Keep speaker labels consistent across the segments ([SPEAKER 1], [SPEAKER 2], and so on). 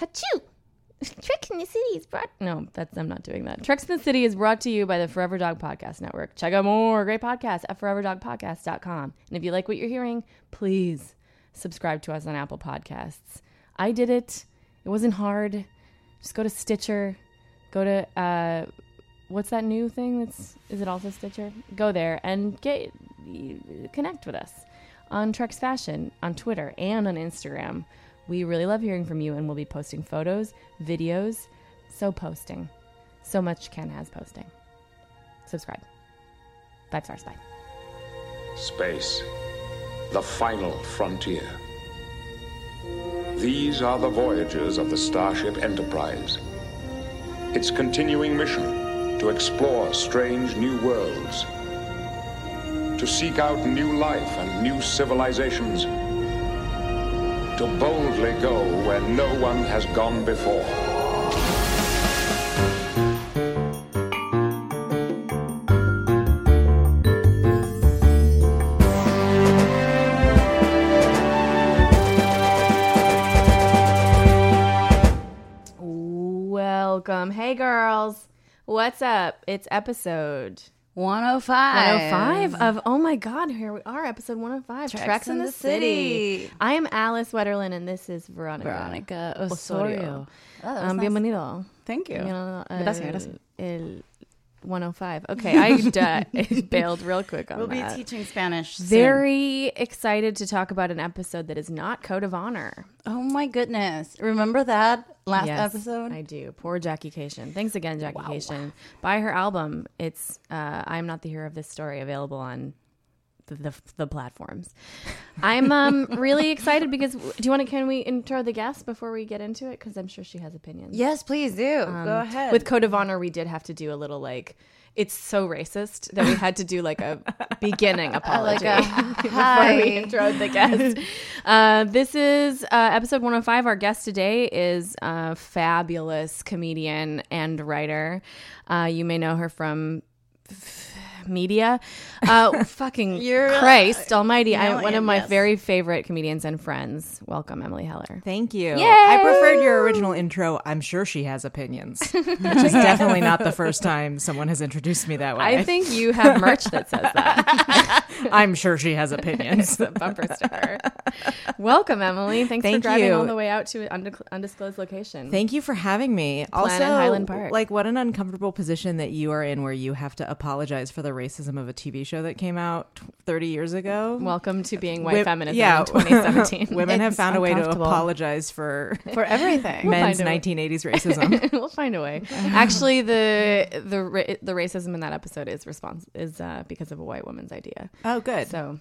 [SPEAKER 1] Hachoo! Trek in the City is brought. No, that's I'm not doing that. Treks in the City is brought to you by the Forever Dog Podcast Network. Check out more great podcasts at foreverdogpodcast.com. And if you like what you're hearing, please subscribe to us on Apple Podcasts. I did it. It wasn't hard. Just go to Stitcher. Go to uh, what's that new thing? That's is it also Stitcher? Go there and get connect with us on Treks Fashion on Twitter and on Instagram. We really love hearing from you, and we'll be posting photos, videos, so posting. So much Ken has posting. Subscribe. Five stars, bye.
[SPEAKER 2] Space, the final frontier. These are the voyages of the Starship Enterprise. Its continuing mission to explore strange new worlds, to seek out new life and new civilizations to boldly go where no one has gone before.
[SPEAKER 1] Welcome. Hey, girls. What's up? It's episode
[SPEAKER 3] 105.
[SPEAKER 1] 105 of Oh My God, here we are, episode 105 Treks, in, the, city. I am Alice Wetterlin, and this is Veronica.
[SPEAKER 3] Veronica
[SPEAKER 1] Osorio.
[SPEAKER 3] Osorio. Oh, that was
[SPEAKER 1] um,
[SPEAKER 3] nice.
[SPEAKER 1] Bienvenido.
[SPEAKER 3] Thank you.
[SPEAKER 1] Bienvenido al-
[SPEAKER 3] Gracias, gracias.
[SPEAKER 1] el 105. Okay, I uh, bailed real quick on
[SPEAKER 3] We'll be
[SPEAKER 1] that.
[SPEAKER 3] teaching Spanish. soon.
[SPEAKER 1] Very excited to talk about an episode that is not Code of Honor.
[SPEAKER 3] Oh my goodness. Remember that last
[SPEAKER 1] Yes,
[SPEAKER 3] episode?
[SPEAKER 1] I do. Poor Jackie Cation. Thanks again, Jackie Cation. Buy her album. It's uh, I'm Not the Hero of This Story, available on the, the, the platforms. I'm um, really excited because do you want to? Can we intro the guest before we get into it? Because I'm sure she has opinions.
[SPEAKER 3] yes, please do. Go ahead.
[SPEAKER 1] Um, With Code of Honor, we did have to do a little like. It's so racist that we had to do like a beginning
[SPEAKER 3] uh,
[SPEAKER 1] apology
[SPEAKER 3] a
[SPEAKER 1] uh, before we
[SPEAKER 3] hi.
[SPEAKER 1] introed the guest. Uh, this is uh, episode 105. Our guest today is a fabulous comedian and writer. Uh, you may know her from f- media. Uh, fucking
[SPEAKER 3] You're-
[SPEAKER 1] Christ Almighty! I,
[SPEAKER 3] No,
[SPEAKER 1] one of
[SPEAKER 3] and
[SPEAKER 1] my
[SPEAKER 3] yes.
[SPEAKER 1] very favorite comedians and friends. Welcome, Emily Heller.
[SPEAKER 4] Thank you. I preferred your original intro. I'm sure she has opinions, which is definitely not the first time someone has introduced me that way.
[SPEAKER 1] I think you have merch that says that.
[SPEAKER 4] I'm sure she has opinions.
[SPEAKER 1] bumper sticker. Welcome, Emily. Thanks for
[SPEAKER 4] Thank
[SPEAKER 1] driving
[SPEAKER 4] you.
[SPEAKER 1] all the way out to an undic- undisclosed location.
[SPEAKER 4] Thank you for having me. also,
[SPEAKER 1] Highland Park.
[SPEAKER 4] like, what an uncomfortable position that you are in, where you have to apologize for the racism of a TV show that came out tw- 30 years ago.
[SPEAKER 1] Welcome to being white
[SPEAKER 4] Wi-
[SPEAKER 1] feminism
[SPEAKER 4] yeah.
[SPEAKER 1] in 2017.
[SPEAKER 4] Women have
[SPEAKER 3] It's
[SPEAKER 4] found a way to
[SPEAKER 3] uncomfortable.
[SPEAKER 4] apologize for
[SPEAKER 3] For everything.
[SPEAKER 4] men's
[SPEAKER 1] find a way.
[SPEAKER 4] 1980s racism.
[SPEAKER 1] we'll find a way. Actually, the the ra- the racism in that episode is response is uh, because of a white woman's idea.
[SPEAKER 4] oh, good.
[SPEAKER 1] So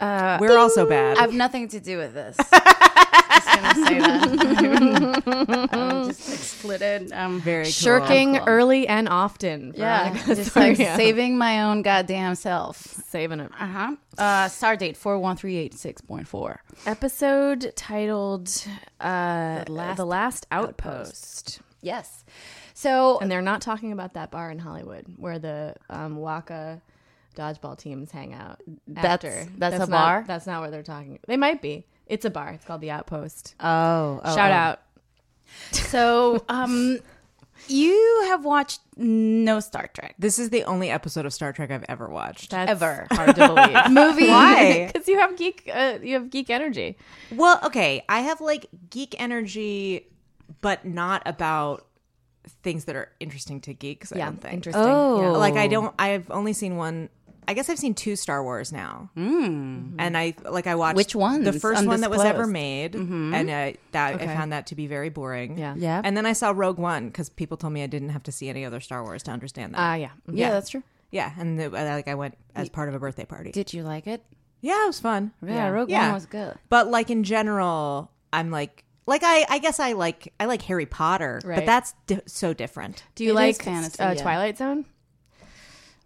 [SPEAKER 4] We're also bad.
[SPEAKER 3] I have nothing to do with this. just gonna say that. I'm just explicit. I'm
[SPEAKER 4] Very cool.
[SPEAKER 1] shirking
[SPEAKER 3] Cool.
[SPEAKER 1] early and often.
[SPEAKER 3] yeah,
[SPEAKER 1] Veronica.
[SPEAKER 3] just
[SPEAKER 1] Sorry,
[SPEAKER 3] like
[SPEAKER 1] yeah.
[SPEAKER 3] saving my own goddamn self.
[SPEAKER 1] saving it.
[SPEAKER 3] Uh-huh. Uh Star date four one three eight six point four.
[SPEAKER 1] Episode titled uh, the, last Outpost.
[SPEAKER 3] Yes. So
[SPEAKER 1] And they're not talking about that bar in Hollywood where the um, Waka dodgeball teams hang out.
[SPEAKER 3] That's-
[SPEAKER 1] after.
[SPEAKER 3] that's a
[SPEAKER 1] not-
[SPEAKER 3] bar?
[SPEAKER 1] That's not where they're talking. They might be. It's a bar. It's called the Outpost.
[SPEAKER 3] oh, oh,
[SPEAKER 1] Shout
[SPEAKER 3] oh.
[SPEAKER 1] out.
[SPEAKER 3] So, um, you have watched no Star Trek
[SPEAKER 4] This is the only episode of Star Trek I've ever watched.
[SPEAKER 1] That's
[SPEAKER 3] ever.
[SPEAKER 1] hard to believe.
[SPEAKER 3] movie?
[SPEAKER 4] Why?
[SPEAKER 1] Because you have geek, uh, you have geek energy.
[SPEAKER 4] Well, okay, I have like geek energy, but not about things that are interesting to geeks. I
[SPEAKER 1] Yeah,
[SPEAKER 4] don't think.
[SPEAKER 1] interesting.
[SPEAKER 3] Oh.
[SPEAKER 1] Yeah.
[SPEAKER 4] Like I don't. I've only seen one. I guess I've seen two Star Wars now,
[SPEAKER 1] Hmm.
[SPEAKER 4] and I like I watched
[SPEAKER 3] Which ones?
[SPEAKER 4] The first one that was ever
[SPEAKER 3] Undisclosed.
[SPEAKER 4] made, and I, that
[SPEAKER 1] Mm-hmm. Okay.
[SPEAKER 4] I found that to be very boring.
[SPEAKER 1] Yeah.
[SPEAKER 3] Yeah.
[SPEAKER 4] And then I saw Rogue One because people told me I didn't have to see any other Star Wars to understand that.
[SPEAKER 1] Ah, yeah.
[SPEAKER 3] yeah, that's true.
[SPEAKER 4] yeah, and it, like I went as part of a birthday party.
[SPEAKER 3] Did you like it?
[SPEAKER 4] yeah, it was fun.
[SPEAKER 3] Yeah, Rogue
[SPEAKER 4] Yeah.
[SPEAKER 3] One was good.
[SPEAKER 4] But like in general, I'm like like I, I guess I like I like Harry Potter,
[SPEAKER 1] Right.
[SPEAKER 4] but that's di- so different.
[SPEAKER 1] Do you
[SPEAKER 3] It
[SPEAKER 1] like
[SPEAKER 3] is fantasy,
[SPEAKER 1] uh,
[SPEAKER 3] yeah.
[SPEAKER 1] Twilight Zone?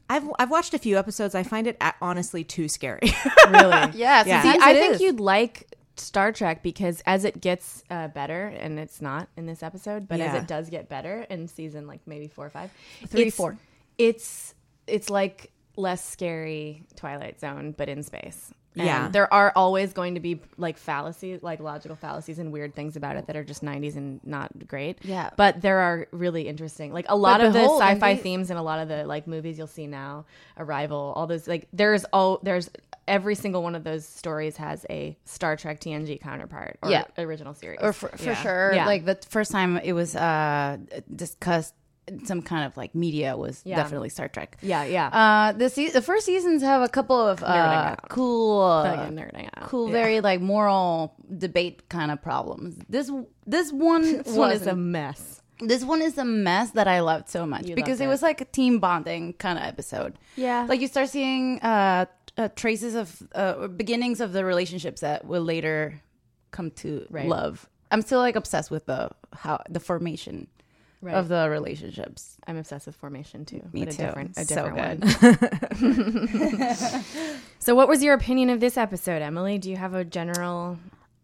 [SPEAKER 4] I've I've watched a few episodes. I find it a- honestly too scary.
[SPEAKER 1] Really?
[SPEAKER 3] Yeah,
[SPEAKER 4] Yeah.
[SPEAKER 1] See,
[SPEAKER 3] sometimes
[SPEAKER 1] I
[SPEAKER 3] it
[SPEAKER 1] think
[SPEAKER 3] is.
[SPEAKER 1] you'd like Star Trek because as it gets uh, better, and it's not in this episode, but
[SPEAKER 4] Yeah.
[SPEAKER 1] as it does get better in season like maybe four or five,
[SPEAKER 3] Three,
[SPEAKER 1] it's-
[SPEAKER 3] four.
[SPEAKER 1] it's it's like less scary Twilight Zone, but in space. And
[SPEAKER 4] Yeah.
[SPEAKER 1] there are always going to be like fallacies, like logical fallacies and weird things about it that are just 90s and not great.
[SPEAKER 3] Yeah.
[SPEAKER 1] But there are really interesting, like a lot of
[SPEAKER 3] behold,
[SPEAKER 1] the
[SPEAKER 3] and
[SPEAKER 1] sci-fi
[SPEAKER 3] these-
[SPEAKER 1] themes in a lot of the like movies you'll see now, Arrival, all those like there's all there's every single one of those stories has a Star Trek TNG counterpart or
[SPEAKER 3] Yeah.
[SPEAKER 1] original series.
[SPEAKER 3] or for, for sure
[SPEAKER 1] Yeah.
[SPEAKER 3] like the first time it was uh discussed in some kind of like media was
[SPEAKER 1] Yeah.
[SPEAKER 3] definitely star trek
[SPEAKER 1] yeah, yeah.
[SPEAKER 3] uh the se- the first seasons have a couple of uh,
[SPEAKER 1] out.
[SPEAKER 3] cool
[SPEAKER 1] Fucking
[SPEAKER 3] uh,
[SPEAKER 1] nerding out.
[SPEAKER 3] cool very like moral debate kind of problems this this one
[SPEAKER 1] This one is
[SPEAKER 3] wasn't.
[SPEAKER 1] a mess.
[SPEAKER 3] This one is a mess that I loved so much because
[SPEAKER 1] loved
[SPEAKER 3] it.
[SPEAKER 1] it.
[SPEAKER 3] was like a team bonding kind of episode.
[SPEAKER 1] Yeah.
[SPEAKER 3] like you start seeing uh, uh, traces of uh, or beginnings of the relationships that will later come to
[SPEAKER 1] Right.
[SPEAKER 3] love. I'm still like obsessed with the how the formation
[SPEAKER 1] Right.
[SPEAKER 3] of the relationships.
[SPEAKER 1] I'm obsessed with formation too.
[SPEAKER 3] Me
[SPEAKER 1] but
[SPEAKER 3] too.
[SPEAKER 1] A different, a
[SPEAKER 3] So
[SPEAKER 1] different
[SPEAKER 3] good.
[SPEAKER 1] one. so, what was your opinion of this episode, Emily? Do you have a general?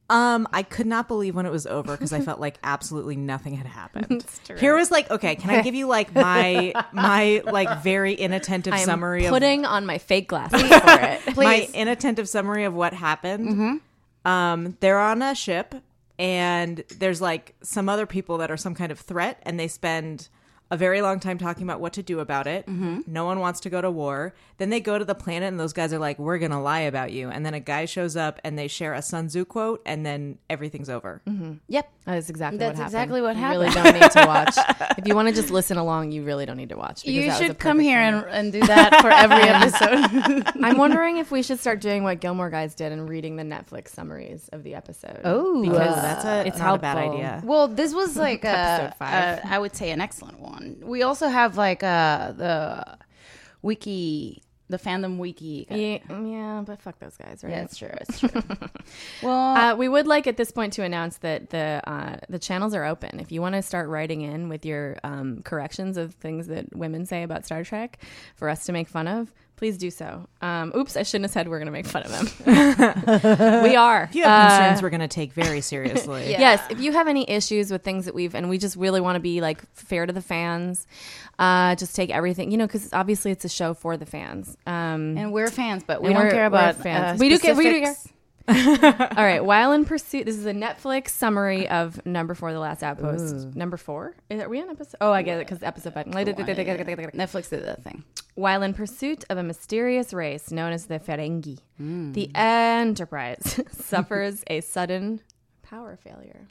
[SPEAKER 4] Um, I could not believe when it was over because I felt like absolutely nothing had happened. Here was like, okay, can I give you like my my like very inattentive
[SPEAKER 1] I'm
[SPEAKER 4] summary of
[SPEAKER 1] putting on my fake glasses for it.
[SPEAKER 4] my inattentive summary of what happened.
[SPEAKER 1] Mm-hmm.
[SPEAKER 4] Um, they're on a ship, and there's like some other people that are some kind of threat, and they spend a very long time talking about what to do about it.
[SPEAKER 1] Mm-hmm.
[SPEAKER 4] No one wants to go to war. Then they go to the planet, and those guys are like, "We're gonna lie about you." And then a guy shows up, and they share a Sun Tzu quote, and then everything's over.
[SPEAKER 1] Mm-hmm.
[SPEAKER 3] Yep,
[SPEAKER 1] That's exactly
[SPEAKER 3] That's
[SPEAKER 1] what happened.
[SPEAKER 3] exactly what
[SPEAKER 1] You really don't need to watch. if you want to just listen along, you really don't need to watch. because
[SPEAKER 3] you
[SPEAKER 1] that was a
[SPEAKER 3] should come
[SPEAKER 1] perfect
[SPEAKER 3] here and, and do that for every episode.
[SPEAKER 1] I'm wondering if we should start doing what Gilmore Guys did and reading the Netflix summaries of the episode.
[SPEAKER 3] Oh,
[SPEAKER 1] because
[SPEAKER 4] Ooh, that's a
[SPEAKER 1] it's
[SPEAKER 4] not a bad
[SPEAKER 1] helpful. Uh,
[SPEAKER 4] idea.
[SPEAKER 3] Well, this was like a,
[SPEAKER 1] Episode five.
[SPEAKER 3] a- I would say an excellent one. We also have like uh, the wiki, the fandom wiki.
[SPEAKER 1] yeah, mm, yeah, but fuck those guys, right?
[SPEAKER 3] Yeah, it's true. It's true. well,
[SPEAKER 1] Uh, we would like at this point to announce that the uh, the channels are open. If you want to start writing in with your um, corrections of things that women say about Star Trek for us to make fun of, please do so. Um, oops, I shouldn't have said we're going to make fun of them. we are.
[SPEAKER 4] If you have concerns, we're gonna take very seriously.
[SPEAKER 1] Yes, if you have any issues with things that we've and we just really want to be like fair to the fans, uh, just take everything you know because obviously it's a show for the fans. Um,
[SPEAKER 3] and we're fans, but we
[SPEAKER 1] and
[SPEAKER 3] don't
[SPEAKER 1] we're-
[SPEAKER 3] care
[SPEAKER 1] we're
[SPEAKER 3] about
[SPEAKER 1] fans.
[SPEAKER 3] Uh,
[SPEAKER 1] We do care- we do
[SPEAKER 3] specifics.
[SPEAKER 1] all right, while in pursuit, this is a Netflix summary of number four, the last outpost. Number four, are we on episode? Oh, I get it because episode five.
[SPEAKER 3] Netflix did that thing.
[SPEAKER 1] While in pursuit of a mysterious race known as the Ferengi, the Enterprise suffers a sudden power failure.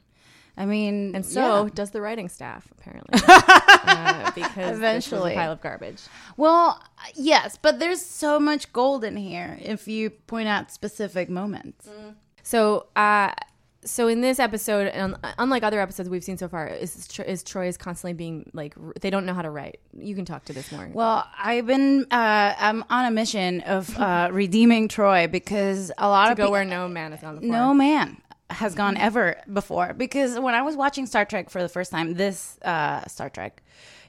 [SPEAKER 3] I mean,
[SPEAKER 1] And so
[SPEAKER 3] yeah.
[SPEAKER 1] does the writing staff, apparently. Uh, because Eventually.
[SPEAKER 3] Eventually.
[SPEAKER 1] a pile of garbage.
[SPEAKER 3] well, yes, but there's so much gold in here if you point out specific moments.
[SPEAKER 1] Mm-hmm. So, uh, so in this episode, and un- unlike other episodes we've seen so far, is, Tro- is Troy is constantly being like r- they don't know how to write. You can talk to this more.
[SPEAKER 3] Well, I've been uh, I'm on a mission of uh, redeeming Troy because a lot of
[SPEAKER 1] go
[SPEAKER 3] people.
[SPEAKER 1] where no man is on the
[SPEAKER 3] no man has gone ever before because when I was watching Star Trek for the first time, this uh, Star Trek,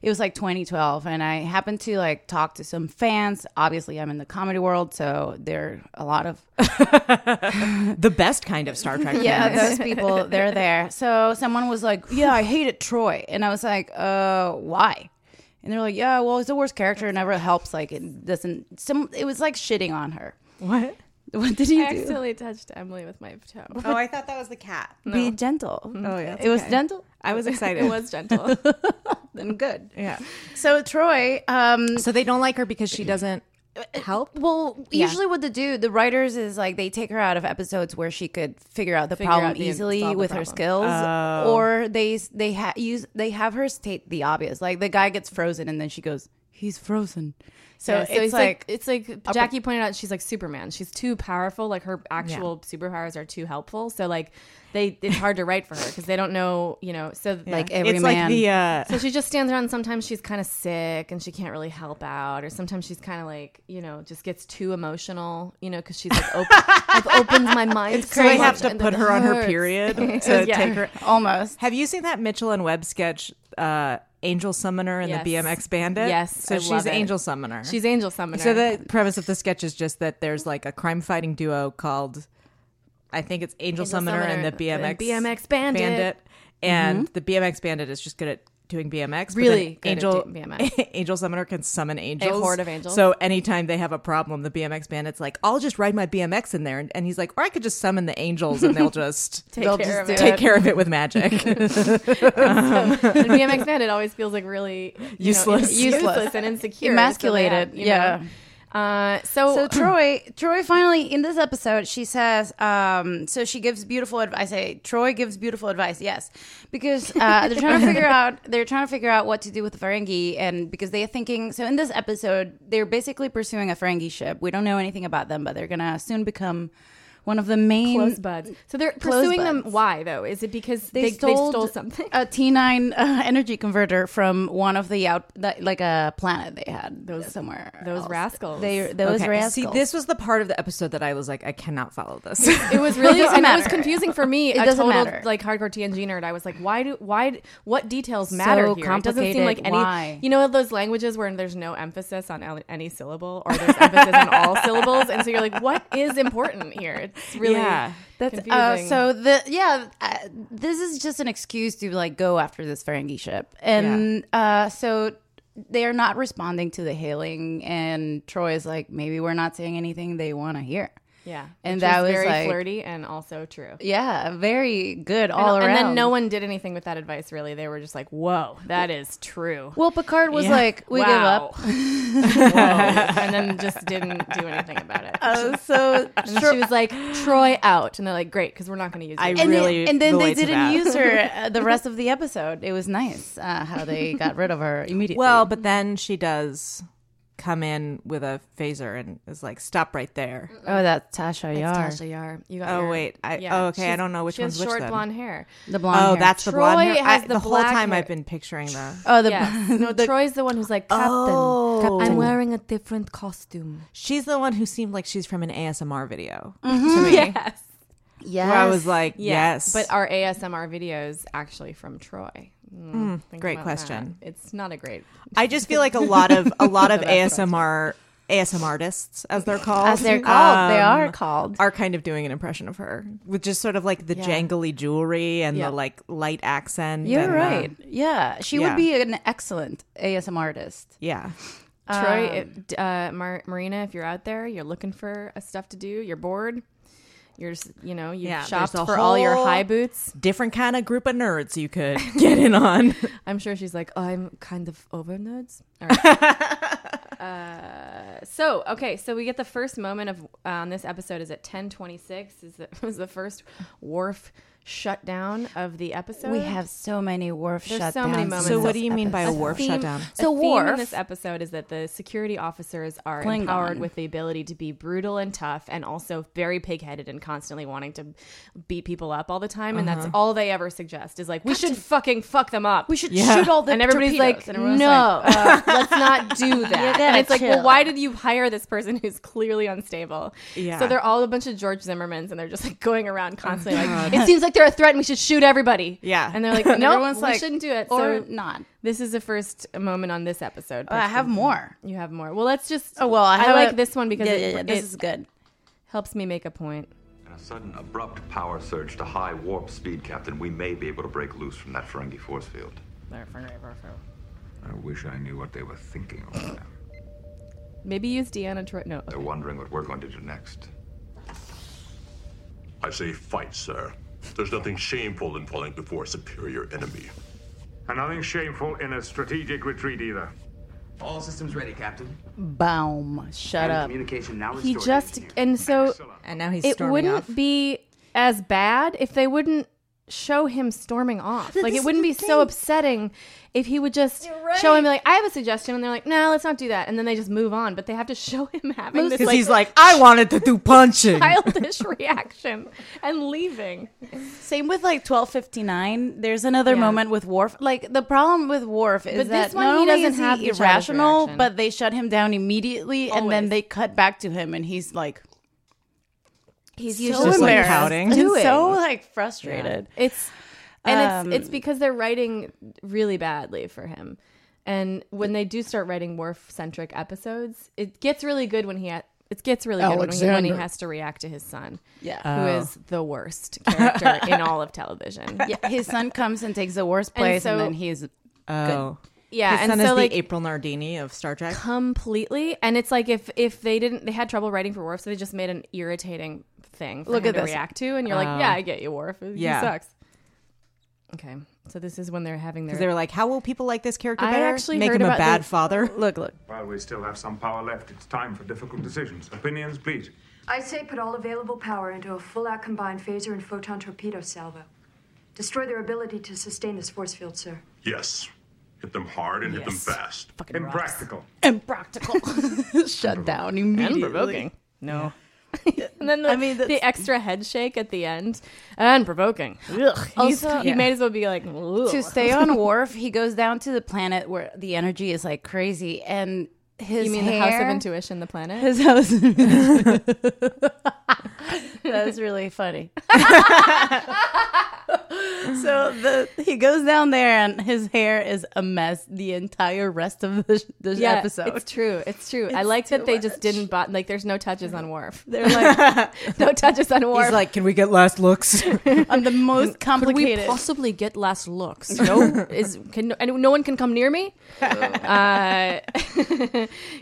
[SPEAKER 3] it was like 2012, and I happened to like talk to some fans. Obviously, I'm in the comedy world, so there are a lot of
[SPEAKER 4] the best kind of Star Trek.
[SPEAKER 3] yeah,
[SPEAKER 4] fans.
[SPEAKER 3] those people, they're there. So someone was like, Yeah, I hated Troy. And I was like, Uh, why? And they're like, Yeah, well, he's the worst character. It never helps. Like, it doesn't, some, it was like shitting on her.
[SPEAKER 4] What?
[SPEAKER 3] What did you
[SPEAKER 1] I
[SPEAKER 3] do?
[SPEAKER 1] accidentally touched Emily with my toe.
[SPEAKER 4] Oh, I thought that was the cat.
[SPEAKER 3] Be gentle. Oh, yeah. It was gentle
[SPEAKER 4] I was excited.
[SPEAKER 1] It was gentle.
[SPEAKER 3] and good.
[SPEAKER 4] yeah.
[SPEAKER 3] So, Troy, um,
[SPEAKER 4] So they don't like her because she doesn't help.
[SPEAKER 3] Well, usually what they do, the writers is like they take her out of episodes where she could figure out the problem
[SPEAKER 1] out the-
[SPEAKER 3] easily
[SPEAKER 1] solve the
[SPEAKER 3] with her
[SPEAKER 1] problem. Oh.
[SPEAKER 3] skills, or they they ha- use they have her state the obvious. Like the guy gets frozen and then she goes, he's frozen. So
[SPEAKER 1] Yeah,
[SPEAKER 3] it's, like,
[SPEAKER 1] it's like Jackie pointed out she's like Superman. She's too powerful. Like her actual superpowers are too helpful. So like they it's hard to write for her because they don't know you know. So
[SPEAKER 3] Like
[SPEAKER 1] like
[SPEAKER 3] every
[SPEAKER 4] it's
[SPEAKER 3] man.
[SPEAKER 4] like the uh,
[SPEAKER 1] so she just stands around. and Sometimes she's kind of sick and she can't really help out, or sometimes she's kind of like you know just gets too emotional. You know because she's like op- I've opened my mind. so
[SPEAKER 4] so they have
[SPEAKER 1] much
[SPEAKER 4] to
[SPEAKER 1] and
[SPEAKER 4] put
[SPEAKER 1] it
[SPEAKER 4] her on her
[SPEAKER 1] hurts."
[SPEAKER 4] period to
[SPEAKER 1] Yeah.
[SPEAKER 4] take her.
[SPEAKER 3] almost.
[SPEAKER 4] Have you seen that Mitchell and Webb sketch, uh, Angel Summoner and
[SPEAKER 1] Yes.
[SPEAKER 4] the BMX Bandit?
[SPEAKER 1] Yes,
[SPEAKER 4] So
[SPEAKER 1] I
[SPEAKER 4] she's
[SPEAKER 1] love it.
[SPEAKER 4] Angel Summoner.
[SPEAKER 1] She's Angel Summoner.
[SPEAKER 4] so the premise of the sketch is just that there's like a crime fighting duo called, I think it's Angel,
[SPEAKER 1] Angel
[SPEAKER 4] Summoner, and
[SPEAKER 1] Summoner
[SPEAKER 4] the BMX
[SPEAKER 1] and BMX Bandit. Mm-hmm.
[SPEAKER 4] and the BMX Bandit is just good at doing BMX. but
[SPEAKER 1] Really
[SPEAKER 4] then
[SPEAKER 1] good at
[SPEAKER 4] Angel
[SPEAKER 1] doing BMX.
[SPEAKER 4] Angel Summoner can summon angels,
[SPEAKER 1] horde of angels.
[SPEAKER 4] So anytime they have a problem, the BMX Bandit's like, "I'll just ride my BMX in there," and, and he's like, "Or I could just summon the angels, and they'll just
[SPEAKER 1] Take
[SPEAKER 3] They'll
[SPEAKER 1] care
[SPEAKER 3] just
[SPEAKER 1] of
[SPEAKER 3] do
[SPEAKER 1] it.
[SPEAKER 4] take care of it with magic."
[SPEAKER 1] and BMX man, it always feels like really you know,
[SPEAKER 4] Useless.
[SPEAKER 1] in- useless,
[SPEAKER 3] Useless.
[SPEAKER 1] and insecure,
[SPEAKER 3] Emasculated,
[SPEAKER 1] So they have, you know. Uh, so,
[SPEAKER 3] So Troy, Troy finally in this episode, she says, um, so she gives beautiful advice. I say Troy gives beautiful advice, yes, because uh, they're trying to figure out they're trying to figure out what to do with the Ferengi, and because they're thinking. So in this episode, they're basically pursuing a Ferengi ship. We don't know anything about them, but they're gonna soon become one of the main
[SPEAKER 1] close buds. So they're
[SPEAKER 3] Close
[SPEAKER 1] pursuing them.
[SPEAKER 3] buds.
[SPEAKER 1] Why though? Is it because they,
[SPEAKER 3] they,
[SPEAKER 1] they
[SPEAKER 3] stole,
[SPEAKER 1] stole something?
[SPEAKER 3] a T9 uh, energy converter from one of the out the, like a planet they had those somewhere
[SPEAKER 1] those
[SPEAKER 3] else.
[SPEAKER 1] rascals.
[SPEAKER 3] they those rascals
[SPEAKER 4] See, this was the part of the episode that I was like, I cannot follow this.
[SPEAKER 1] It was really
[SPEAKER 3] doesn't
[SPEAKER 1] and it was
[SPEAKER 3] matter.
[SPEAKER 1] confusing for me.
[SPEAKER 3] It
[SPEAKER 1] a
[SPEAKER 3] doesn't
[SPEAKER 1] total,
[SPEAKER 3] matter.
[SPEAKER 1] Like hardcore TNG nerd, I was like, why do why d- what details matter here? It doesn't seem
[SPEAKER 3] complicated.
[SPEAKER 1] like any.
[SPEAKER 3] Why?
[SPEAKER 1] You know those languages where there's no emphasis on el- any syllable, or there's emphasis on all syllables, and so you're like, what is important here? It's really
[SPEAKER 4] Yeah.
[SPEAKER 1] that's oh,
[SPEAKER 3] Uh,
[SPEAKER 1] confusing.
[SPEAKER 3] so the yeah, uh, this is just an excuse to like go after this Ferengi ship, and uh, so they are not responding to the hailing, and Troy is like, maybe we're not saying anything they want to hear.
[SPEAKER 1] yeah,
[SPEAKER 3] and
[SPEAKER 1] which
[SPEAKER 3] that was,
[SPEAKER 1] very
[SPEAKER 3] like-
[SPEAKER 1] flirty and also true.
[SPEAKER 3] Yeah, very good all
[SPEAKER 1] and,
[SPEAKER 3] around.
[SPEAKER 1] and then no one did anything with that advice, really. They were just like, whoa, that is true.
[SPEAKER 3] Well, Picard was like, we
[SPEAKER 1] Wow.
[SPEAKER 3] give up.
[SPEAKER 1] Whoa. And then just didn't do anything about it.
[SPEAKER 3] Uh, so
[SPEAKER 1] and she was like, Troy out. And they're like, great, because we're not going to use
[SPEAKER 4] I
[SPEAKER 1] it.
[SPEAKER 3] and
[SPEAKER 4] really
[SPEAKER 3] then, and then they
[SPEAKER 4] relate to
[SPEAKER 3] didn't
[SPEAKER 4] that.
[SPEAKER 3] use her uh, the rest of the episode. It was nice uh, how they got rid of her immediately.
[SPEAKER 4] well, but then she does come in with a phaser and is like, "Stop right there."
[SPEAKER 1] Mm-hmm.
[SPEAKER 3] oh, that's Tasha Yar,
[SPEAKER 1] Tasha Yar. You got
[SPEAKER 4] Oh,
[SPEAKER 1] your-
[SPEAKER 4] wait. I- oh, okay. I
[SPEAKER 1] She's-
[SPEAKER 4] don't know which
[SPEAKER 1] she
[SPEAKER 4] one's
[SPEAKER 1] has
[SPEAKER 4] which
[SPEAKER 1] short
[SPEAKER 4] then.
[SPEAKER 1] blonde hair.
[SPEAKER 3] the blonde.
[SPEAKER 4] Oh,
[SPEAKER 3] hair.
[SPEAKER 4] that's the
[SPEAKER 1] Troy
[SPEAKER 4] blonde hair.
[SPEAKER 1] has
[SPEAKER 4] I-
[SPEAKER 1] the
[SPEAKER 4] the whole
[SPEAKER 1] black
[SPEAKER 4] time
[SPEAKER 1] hair.
[SPEAKER 4] I've been picturing the.
[SPEAKER 3] oh the Oh.
[SPEAKER 1] Yes. No, Troy's the one who's like, Captain, Captain, I'm wearing a different costume.
[SPEAKER 4] She's the one who seemed like she's from an ASMR video to me.
[SPEAKER 1] Yes.
[SPEAKER 3] yes.
[SPEAKER 4] Where I was like, yes,
[SPEAKER 1] But our ASMR videos actually from Troy? Mm, think
[SPEAKER 4] great
[SPEAKER 1] about
[SPEAKER 4] question.
[SPEAKER 1] that. It's not a great.
[SPEAKER 4] I just feel like a lot of a lot of ASMR ASM artists, as they're called, um,
[SPEAKER 3] as they're called. they
[SPEAKER 1] Um,
[SPEAKER 3] are called.
[SPEAKER 4] are kind of doing an impression of her with just sort of like the
[SPEAKER 1] Yeah.
[SPEAKER 4] jangly jewelry and
[SPEAKER 1] Yeah.
[SPEAKER 4] the like light accent.
[SPEAKER 3] You're
[SPEAKER 4] and, uh,
[SPEAKER 3] right. yeah, she would
[SPEAKER 4] yeah.
[SPEAKER 3] be an excellent ASM artist.
[SPEAKER 4] yeah.
[SPEAKER 1] Troy, it- d- uh, Mar- Marina, if you're out there, you're looking for uh, stuff to do, you're bored, you're just, you know, you've
[SPEAKER 4] Yeah,
[SPEAKER 1] shopped
[SPEAKER 4] there's a
[SPEAKER 1] for all your
[SPEAKER 4] whole-
[SPEAKER 1] high boots.
[SPEAKER 4] Different kind of group of nerds you could get in on.
[SPEAKER 1] I'm sure she's like, "Oh, I'm kind of over nerds. All right. uh, so okay, so we get the first moment of uh, on this episode is at 10:26. Is the, was the first wharf shutdown of the episode?
[SPEAKER 3] We have so many wharf
[SPEAKER 1] There's
[SPEAKER 3] shutdowns.
[SPEAKER 1] so many moments.
[SPEAKER 4] So what do you mean by a
[SPEAKER 3] episode.
[SPEAKER 4] wharf
[SPEAKER 1] theme-
[SPEAKER 4] shutdown?
[SPEAKER 3] So
[SPEAKER 1] a theme
[SPEAKER 3] Worf-
[SPEAKER 1] in this episode is that the security officers are
[SPEAKER 3] Klingon.
[SPEAKER 1] empowered with the ability to be brutal and tough, and also very pigheaded and constantly wanting to beat people up all the time. And
[SPEAKER 4] Uh-huh.
[SPEAKER 1] that's all they ever suggest is like, we should fucking fuck them up.
[SPEAKER 3] We should
[SPEAKER 4] Yeah.
[SPEAKER 3] shoot all the
[SPEAKER 1] and everybody's like,
[SPEAKER 3] torpedoes. And everyone's
[SPEAKER 1] no, uh, let's not do that.
[SPEAKER 3] gotta
[SPEAKER 1] And it's like,
[SPEAKER 3] chill.
[SPEAKER 1] well, why did you hire this person who's clearly unstable?
[SPEAKER 4] Yeah.
[SPEAKER 1] So they're all a bunch of George Zimmermans, and they're just like going around constantly like, it seems like they're a threat, and we should shoot everybody.
[SPEAKER 4] Oh Yeah.
[SPEAKER 1] And they're like, no,
[SPEAKER 3] everyone's
[SPEAKER 1] we
[SPEAKER 3] like,
[SPEAKER 1] shouldn't do it.
[SPEAKER 3] or
[SPEAKER 1] so
[SPEAKER 3] not.
[SPEAKER 1] this is the first moment on this episode.
[SPEAKER 3] I have more.
[SPEAKER 1] You have more. Well, let's just.
[SPEAKER 3] Oh well, I,
[SPEAKER 1] I
[SPEAKER 3] have
[SPEAKER 1] like
[SPEAKER 3] a-
[SPEAKER 1] this one because
[SPEAKER 3] yeah,
[SPEAKER 1] it,
[SPEAKER 3] yeah, yeah,
[SPEAKER 1] it
[SPEAKER 3] this is good.
[SPEAKER 1] helps me make a point.
[SPEAKER 5] In a sudden, abrupt power surge to high warp speed, Captain, we may be able to break loose from that Ferengi force field.
[SPEAKER 2] I wish I knew what they were thinking over there.
[SPEAKER 1] Maybe use Deanna Troy. No,
[SPEAKER 5] They're wondering what we're going to do next.
[SPEAKER 6] I say fight, sir. There's nothing shameful in falling before a superior enemy.
[SPEAKER 2] And nothing shameful in a strategic retreat either.
[SPEAKER 7] All systems ready, Captain.
[SPEAKER 3] Boom. Shut up.
[SPEAKER 7] Communication now
[SPEAKER 1] he
[SPEAKER 7] restored.
[SPEAKER 1] just and so
[SPEAKER 4] And now he's
[SPEAKER 1] it
[SPEAKER 4] storming
[SPEAKER 1] wouldn't
[SPEAKER 4] off.
[SPEAKER 1] be as bad if they wouldn't show him storming off.
[SPEAKER 8] this
[SPEAKER 1] Like it
[SPEAKER 8] is
[SPEAKER 1] wouldn't
[SPEAKER 8] the
[SPEAKER 1] be
[SPEAKER 8] thing.
[SPEAKER 1] so upsetting if he would just show him like I have a suggestion, and they're like, no, let's not do that, and then they just move on. But they have to show him having this
[SPEAKER 3] Because
[SPEAKER 1] like,
[SPEAKER 3] he's like, I wanted to do punching.
[SPEAKER 1] childish reaction and leaving.
[SPEAKER 3] Same with like twelve fifty nine. There's another
[SPEAKER 1] Yeah.
[SPEAKER 3] moment with Worf. Like the problem with Worf is
[SPEAKER 1] But
[SPEAKER 3] that
[SPEAKER 1] this one,
[SPEAKER 3] not
[SPEAKER 1] he
[SPEAKER 3] only
[SPEAKER 1] doesn't
[SPEAKER 3] is
[SPEAKER 1] have the
[SPEAKER 3] he
[SPEAKER 1] childish
[SPEAKER 3] irrational,
[SPEAKER 1] reaction.
[SPEAKER 3] but they shut him down immediately, and then
[SPEAKER 1] Always.
[SPEAKER 3] they cut back to him, and he's like
[SPEAKER 1] He's
[SPEAKER 3] so
[SPEAKER 1] usually
[SPEAKER 4] Just, like,
[SPEAKER 3] embarrassed,
[SPEAKER 4] pouting.
[SPEAKER 3] and
[SPEAKER 1] Doing.
[SPEAKER 3] so like frustrated.
[SPEAKER 1] It's and
[SPEAKER 3] Um,
[SPEAKER 1] it's it's because they're writing really badly for him. And when they do start writing Worf centric episodes, it gets really good when he ha- it gets really good when he, when he
[SPEAKER 3] Alexander.
[SPEAKER 1] has to react to his son,
[SPEAKER 3] Yeah.
[SPEAKER 1] who
[SPEAKER 4] Oh.
[SPEAKER 1] is the worst character in all of television. Yeah,
[SPEAKER 3] Yeah, his son comes and takes the worst place,
[SPEAKER 1] so-
[SPEAKER 3] and, then he's
[SPEAKER 4] Oh,
[SPEAKER 1] yeah,
[SPEAKER 4] his
[SPEAKER 1] and
[SPEAKER 4] son
[SPEAKER 1] so
[SPEAKER 4] is
[SPEAKER 1] like
[SPEAKER 4] the April Nardini of Star Trek.
[SPEAKER 1] completely. And it's like if if they didn't, they had trouble writing for Worf, so they just made an irritating thing for
[SPEAKER 3] Look
[SPEAKER 1] him
[SPEAKER 3] at
[SPEAKER 1] to
[SPEAKER 3] this. Oh.
[SPEAKER 1] react to, and you're like, yeah, I get you, Worf. He
[SPEAKER 4] Yeah.
[SPEAKER 1] sucks. Okay, so this is when they're having their
[SPEAKER 4] Because they were like, "How will people like this character
[SPEAKER 1] I
[SPEAKER 4] better?
[SPEAKER 1] actually
[SPEAKER 4] Make
[SPEAKER 1] heard
[SPEAKER 4] him a
[SPEAKER 1] about
[SPEAKER 4] bad
[SPEAKER 1] this-
[SPEAKER 4] father."
[SPEAKER 3] look, look.
[SPEAKER 2] While we still have some power left, it's time for difficult decisions. Opinions, please.
[SPEAKER 9] I say put all available power into a full out combined phaser and photon torpedo salvo. Destroy their ability to sustain this force field, sir.
[SPEAKER 6] Yes. Hit them hard and hit them fast.
[SPEAKER 2] Impractical.
[SPEAKER 3] impractical. Shut down immediately.
[SPEAKER 1] No. and then the,
[SPEAKER 3] I mean, that's-
[SPEAKER 1] the extra head shake at the end and provoking. Ugh. He's-
[SPEAKER 3] Also-
[SPEAKER 1] he might as well be like, Ugh.
[SPEAKER 3] To stay on Worf, he goes down to the planet where the energy is like crazy, and his
[SPEAKER 1] you mean
[SPEAKER 3] hair,
[SPEAKER 1] the House of Intuition, the planet?
[SPEAKER 3] His house. of Intuition. that was really funny. so the he goes down there, and his hair is a mess the entire rest of the, the
[SPEAKER 1] yeah,
[SPEAKER 3] episode.
[SPEAKER 1] it's true. It's true. I like that they just didn't bot like. There's no touches on Worf. They're like, no touches on Worf.
[SPEAKER 4] He's like, "Can we get last looks?"
[SPEAKER 3] I'm the most
[SPEAKER 1] Could we
[SPEAKER 3] complicated.
[SPEAKER 1] possibly get last looks? No, is can and no one can come near me. Uh,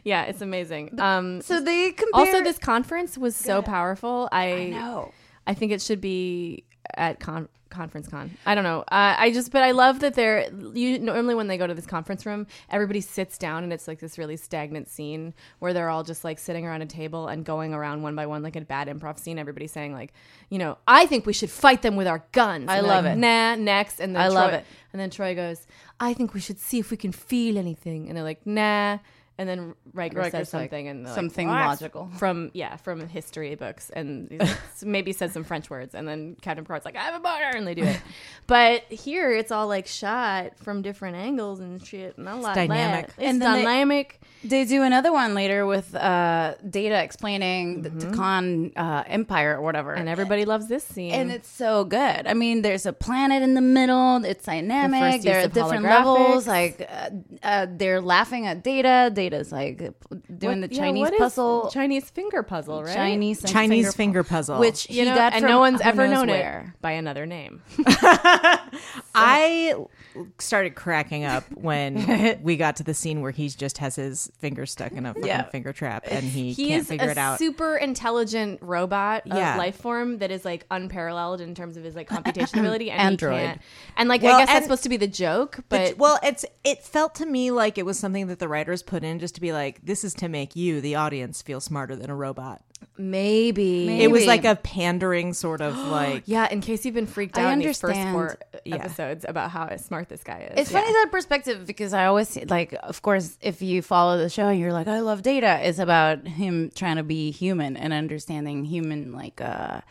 [SPEAKER 1] yeah, it's amazing. Um,
[SPEAKER 3] so they compare.
[SPEAKER 1] also, this conference was so powerful. I,
[SPEAKER 3] know.
[SPEAKER 1] I think it should be at con- conference con. I don't know. Uh, I just, but I love that they're you normally when they go to this conference room, everybody sits down and it's like this really stagnant scene where they're all just like sitting around a table and going around one by one like a bad improv scene. Everybody saying like, you know, I think we should fight them with our guns. I
[SPEAKER 3] love it.
[SPEAKER 1] Nah, next, and then
[SPEAKER 3] I
[SPEAKER 1] Troy-
[SPEAKER 3] love it.
[SPEAKER 1] And then Troy goes, I think we should see if we can feel anything, and they're like, nah. And then Riker, says
[SPEAKER 3] Riker's like,
[SPEAKER 1] something and they're like,
[SPEAKER 3] something
[SPEAKER 1] "What?"
[SPEAKER 3] logical.
[SPEAKER 1] from yeah from history books and he's like, s- maybe said some French words and then Captain Picard's like I have a boner and they do it, but here it's all like shot from different angles and shit and I like
[SPEAKER 4] dynamic.
[SPEAKER 1] that. It's
[SPEAKER 3] And then they-
[SPEAKER 1] dynamic.
[SPEAKER 3] They do another one later with uh, Data explaining the Khan uh, Empire or whatever,
[SPEAKER 1] Mm-hmm. and everybody loves this scene.
[SPEAKER 3] and it's so good. I mean, there's a planet in the middle. It's dynamic.
[SPEAKER 1] use
[SPEAKER 3] there are
[SPEAKER 1] of
[SPEAKER 3] different
[SPEAKER 1] holographics.
[SPEAKER 3] levels. Like uh, uh, they're laughing at Data. Data's like doing
[SPEAKER 1] What-
[SPEAKER 3] the
[SPEAKER 1] yeah,
[SPEAKER 3] Chinese
[SPEAKER 1] what is
[SPEAKER 3] puzzle,
[SPEAKER 1] Chinese finger puzzle, right?
[SPEAKER 3] Chinese and
[SPEAKER 4] Chinese finger puzzle.
[SPEAKER 3] which he
[SPEAKER 1] You know,
[SPEAKER 3] got
[SPEAKER 1] and
[SPEAKER 3] from
[SPEAKER 1] no one's
[SPEAKER 3] who
[SPEAKER 1] ever
[SPEAKER 3] knows
[SPEAKER 1] known
[SPEAKER 3] where.
[SPEAKER 1] it by another name.
[SPEAKER 4] I started cracking up when we got to the scene where he just has his finger stuck in a fucking
[SPEAKER 3] Yeah.
[SPEAKER 4] finger trap and he,
[SPEAKER 1] he
[SPEAKER 4] can't
[SPEAKER 1] is
[SPEAKER 4] figure
[SPEAKER 1] a
[SPEAKER 4] it out.
[SPEAKER 1] super intelligent robot of
[SPEAKER 4] Yeah.
[SPEAKER 1] life form that is like unparalleled in terms of his like computation ability and he
[SPEAKER 3] Android.
[SPEAKER 1] can't- and like
[SPEAKER 4] Well,
[SPEAKER 1] i guess
[SPEAKER 4] and-
[SPEAKER 1] that's supposed to be the joke but
[SPEAKER 4] It's- well, it's it felt to me like it was something that the writers put in just to be like, this is to make you, the audience, feel smarter than a robot.
[SPEAKER 1] maybe,
[SPEAKER 4] It was
[SPEAKER 3] Maybe.
[SPEAKER 4] like a pandering sort of like.
[SPEAKER 1] yeah in case you've been freaked
[SPEAKER 3] I
[SPEAKER 1] out in these first
[SPEAKER 3] understand.
[SPEAKER 1] four
[SPEAKER 4] Yeah.
[SPEAKER 1] episodes about how smart this guy is
[SPEAKER 3] It's funny that perspective because I always see, like, of course, if you follow the show and you're like, I love data, it's about him trying to be human and understanding human, like, uh,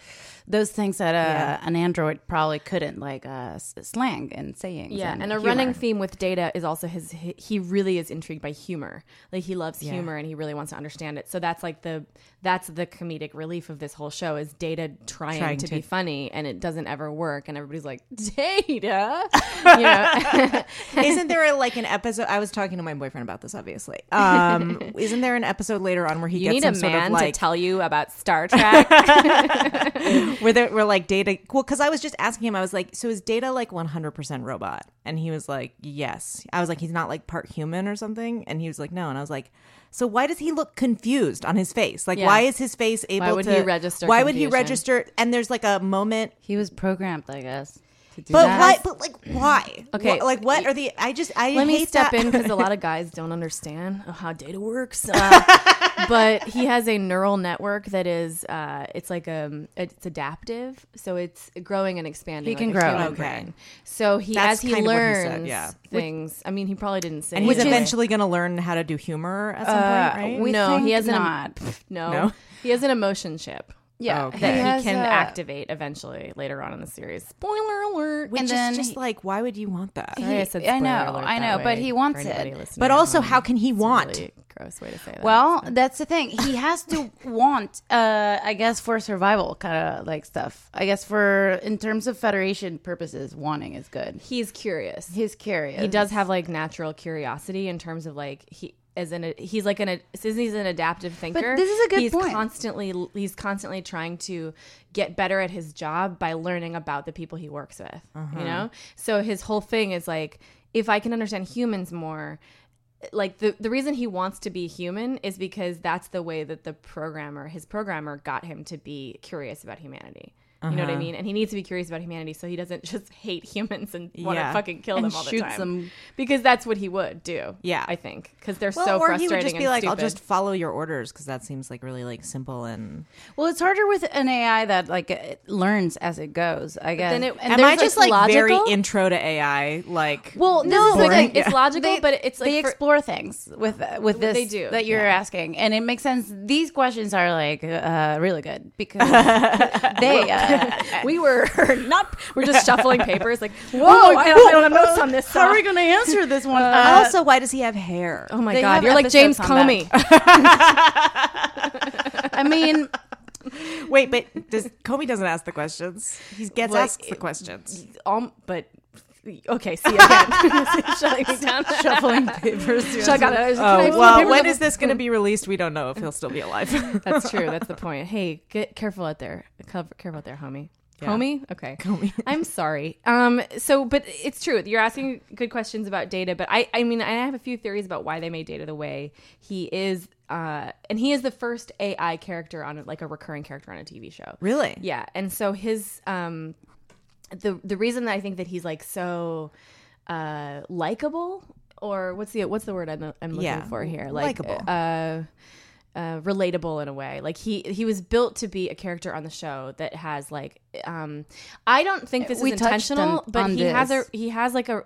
[SPEAKER 3] those things that uh, an android probably couldn't, like uh, s- slang and saying.
[SPEAKER 1] yeah, and, a running theme with Data is also his. He he really is intrigued by humor. Like he loves humor, and he really wants to understand it. So that's like the that's the comedic relief of this whole show is Data trying,
[SPEAKER 4] Trying
[SPEAKER 1] to,
[SPEAKER 4] to-
[SPEAKER 1] be funny, and it doesn't ever work. And everybody's like Data, you know.
[SPEAKER 4] isn't there like an episode? I was talking to my boyfriend about this, obviously. Um, isn't there an episode later on where he
[SPEAKER 1] you
[SPEAKER 4] gets
[SPEAKER 1] need a
[SPEAKER 4] some sort
[SPEAKER 1] man
[SPEAKER 4] of like
[SPEAKER 1] to tell you about Star Trek.
[SPEAKER 4] where they were like data well because i was just asking him i was like so is data like 100% robot and he was like yes i was like he's not like part human or something and he was like no and i was like so why does he look confused on his face like
[SPEAKER 1] Yeah.
[SPEAKER 4] why is his face able
[SPEAKER 1] would
[SPEAKER 4] to
[SPEAKER 1] he register
[SPEAKER 4] why would he
[SPEAKER 1] confusion?
[SPEAKER 4] register and there's like a moment
[SPEAKER 3] He was programmed, I guess. to do
[SPEAKER 4] But
[SPEAKER 3] that.
[SPEAKER 4] why? But like, why?
[SPEAKER 1] Okay.
[SPEAKER 4] Wha- like, what are the? I just I
[SPEAKER 1] Let me
[SPEAKER 4] hate
[SPEAKER 1] step
[SPEAKER 4] that.
[SPEAKER 1] in because a lot of guys don't understand how data works. Uh, but he has a neural network that is, uh, it's like um, it's adaptive, so it's growing and expanding.
[SPEAKER 3] He
[SPEAKER 1] like
[SPEAKER 3] can
[SPEAKER 1] a
[SPEAKER 3] grow,
[SPEAKER 1] human
[SPEAKER 4] okay.
[SPEAKER 1] brain. So he,
[SPEAKER 4] That's
[SPEAKER 1] as he
[SPEAKER 4] kind of what he said,
[SPEAKER 1] learns
[SPEAKER 4] yeah.
[SPEAKER 1] things, I mean, he probably didn't say.
[SPEAKER 4] and he's
[SPEAKER 1] anything.
[SPEAKER 4] eventually going to learn how to do humor at some
[SPEAKER 1] Uh,
[SPEAKER 4] point, right?
[SPEAKER 3] we
[SPEAKER 1] no, he
[SPEAKER 3] think
[SPEAKER 1] has an
[SPEAKER 3] not.
[SPEAKER 1] no,
[SPEAKER 4] No?
[SPEAKER 1] he has an emotion chip.
[SPEAKER 3] Yeah,
[SPEAKER 4] Okay.
[SPEAKER 1] That
[SPEAKER 4] He
[SPEAKER 1] he,
[SPEAKER 3] has
[SPEAKER 1] can
[SPEAKER 3] a-
[SPEAKER 1] activate eventually later on in the series. Spoiler alert!
[SPEAKER 4] Which
[SPEAKER 3] and then
[SPEAKER 4] is just
[SPEAKER 3] he-
[SPEAKER 4] like, why would you want that?
[SPEAKER 1] Sorry, I, said
[SPEAKER 3] I know,
[SPEAKER 1] spoiler alert
[SPEAKER 3] I
[SPEAKER 1] that
[SPEAKER 3] know, but
[SPEAKER 1] way
[SPEAKER 3] he
[SPEAKER 1] for
[SPEAKER 3] wants
[SPEAKER 1] anybody
[SPEAKER 3] it.
[SPEAKER 1] listening
[SPEAKER 4] But
[SPEAKER 1] at
[SPEAKER 4] also,
[SPEAKER 1] home.
[SPEAKER 4] how can he
[SPEAKER 1] It's a
[SPEAKER 4] want?
[SPEAKER 1] really gross way to say that.
[SPEAKER 3] Well, that's the thing. He has to want, uh, I guess, for survival kind of like stuff. I guess for in terms of Federation purposes, wanting is good.
[SPEAKER 1] he's curious. He,
[SPEAKER 3] He's curious.
[SPEAKER 1] does have like natural curiosity in terms of like he as an he's like an since he's an adaptive thinker.
[SPEAKER 3] this is a good
[SPEAKER 1] he's
[SPEAKER 3] point.
[SPEAKER 1] Constantly, he's constantly trying to get better at his job by learning about the people he works with.
[SPEAKER 3] Uh-huh.
[SPEAKER 1] You know, so his whole thing is like, if I can understand humans more. Like the, the reason he wants to be human is because that's the way that the programmer, his programmer, got him to be curious about humanity. You know
[SPEAKER 3] Uh-huh.
[SPEAKER 1] what I mean? And he needs to be curious about humanity so he doesn't just hate humans and want
[SPEAKER 4] Yeah.
[SPEAKER 1] to fucking kill
[SPEAKER 3] And
[SPEAKER 1] them all the
[SPEAKER 3] shoots
[SPEAKER 1] time.
[SPEAKER 3] them.
[SPEAKER 1] Because that's what he would do.
[SPEAKER 4] Yeah.
[SPEAKER 1] I think because they're
[SPEAKER 4] Well,
[SPEAKER 1] so
[SPEAKER 4] or he
[SPEAKER 1] frustrating
[SPEAKER 4] would just be
[SPEAKER 1] and
[SPEAKER 4] like,
[SPEAKER 1] stupid.
[SPEAKER 4] "I'll just follow your orders" because that seems like really like simple and.
[SPEAKER 3] Well, it's harder with an AI that like it learns as it goes. I guess.
[SPEAKER 1] then it-
[SPEAKER 3] and
[SPEAKER 1] Am
[SPEAKER 3] there's,
[SPEAKER 1] I just, like,
[SPEAKER 4] very
[SPEAKER 1] logical?
[SPEAKER 4] intro to AI? Like,
[SPEAKER 3] well,
[SPEAKER 1] no,
[SPEAKER 3] no,
[SPEAKER 1] but
[SPEAKER 3] like,
[SPEAKER 1] like, it's logical,
[SPEAKER 3] They-
[SPEAKER 1] but it's like
[SPEAKER 3] they
[SPEAKER 1] for-
[SPEAKER 3] explore things with with this
[SPEAKER 1] they do,
[SPEAKER 3] that you're asking, and it makes sense. These questions are like uh, really good because they uh,
[SPEAKER 1] we were not. We're just shuffling papers. Like, whoa! I, don't, I don't have notes on this.
[SPEAKER 3] How are
[SPEAKER 1] uh,
[SPEAKER 3] we going to answer this one?
[SPEAKER 4] also, why does he have hair?
[SPEAKER 1] Oh my
[SPEAKER 3] They
[SPEAKER 1] god!
[SPEAKER 3] have
[SPEAKER 1] You're like
[SPEAKER 3] episodes
[SPEAKER 1] James
[SPEAKER 3] on that.
[SPEAKER 1] Comey.
[SPEAKER 3] uh, I mean,
[SPEAKER 4] Wait, but does Comey doesn't ask the questions? He gets
[SPEAKER 1] Well,
[SPEAKER 4] asked the questions.
[SPEAKER 1] um, but okay. See you again. Shutting me down.
[SPEAKER 3] shuffling papers. through
[SPEAKER 1] Shut
[SPEAKER 3] us.
[SPEAKER 1] up. I was like, can I
[SPEAKER 4] Oh
[SPEAKER 1] flip
[SPEAKER 4] well,
[SPEAKER 1] papers
[SPEAKER 4] when
[SPEAKER 1] up?
[SPEAKER 4] is this going to be released? We don't know if he'll still be alive.
[SPEAKER 1] That's true. That's the point. Hey, get careful out there. Cover- Careful out there, homie. Homie? Okay. I'm sorry. Um so but it's true. You're asking good questions about data, but I I mean I have a few theories about why they made data the way he is uh and he is the first AI character on like a recurring character on a TV show.
[SPEAKER 4] Really?
[SPEAKER 1] Yeah. And so his um the the reason that I think that he's like so uh likable or what's the what's the word I'm, I'm looking
[SPEAKER 4] Yeah.
[SPEAKER 1] for here? Like
[SPEAKER 4] Likeable.
[SPEAKER 1] uh uh, relatable in a way. Like he he was built to be a character on the show that has like um I don't think this
[SPEAKER 3] Eh, We
[SPEAKER 1] is
[SPEAKER 3] touched
[SPEAKER 1] intentional,
[SPEAKER 3] on-
[SPEAKER 1] but
[SPEAKER 3] on
[SPEAKER 1] he has a
[SPEAKER 3] this.
[SPEAKER 1] he has like a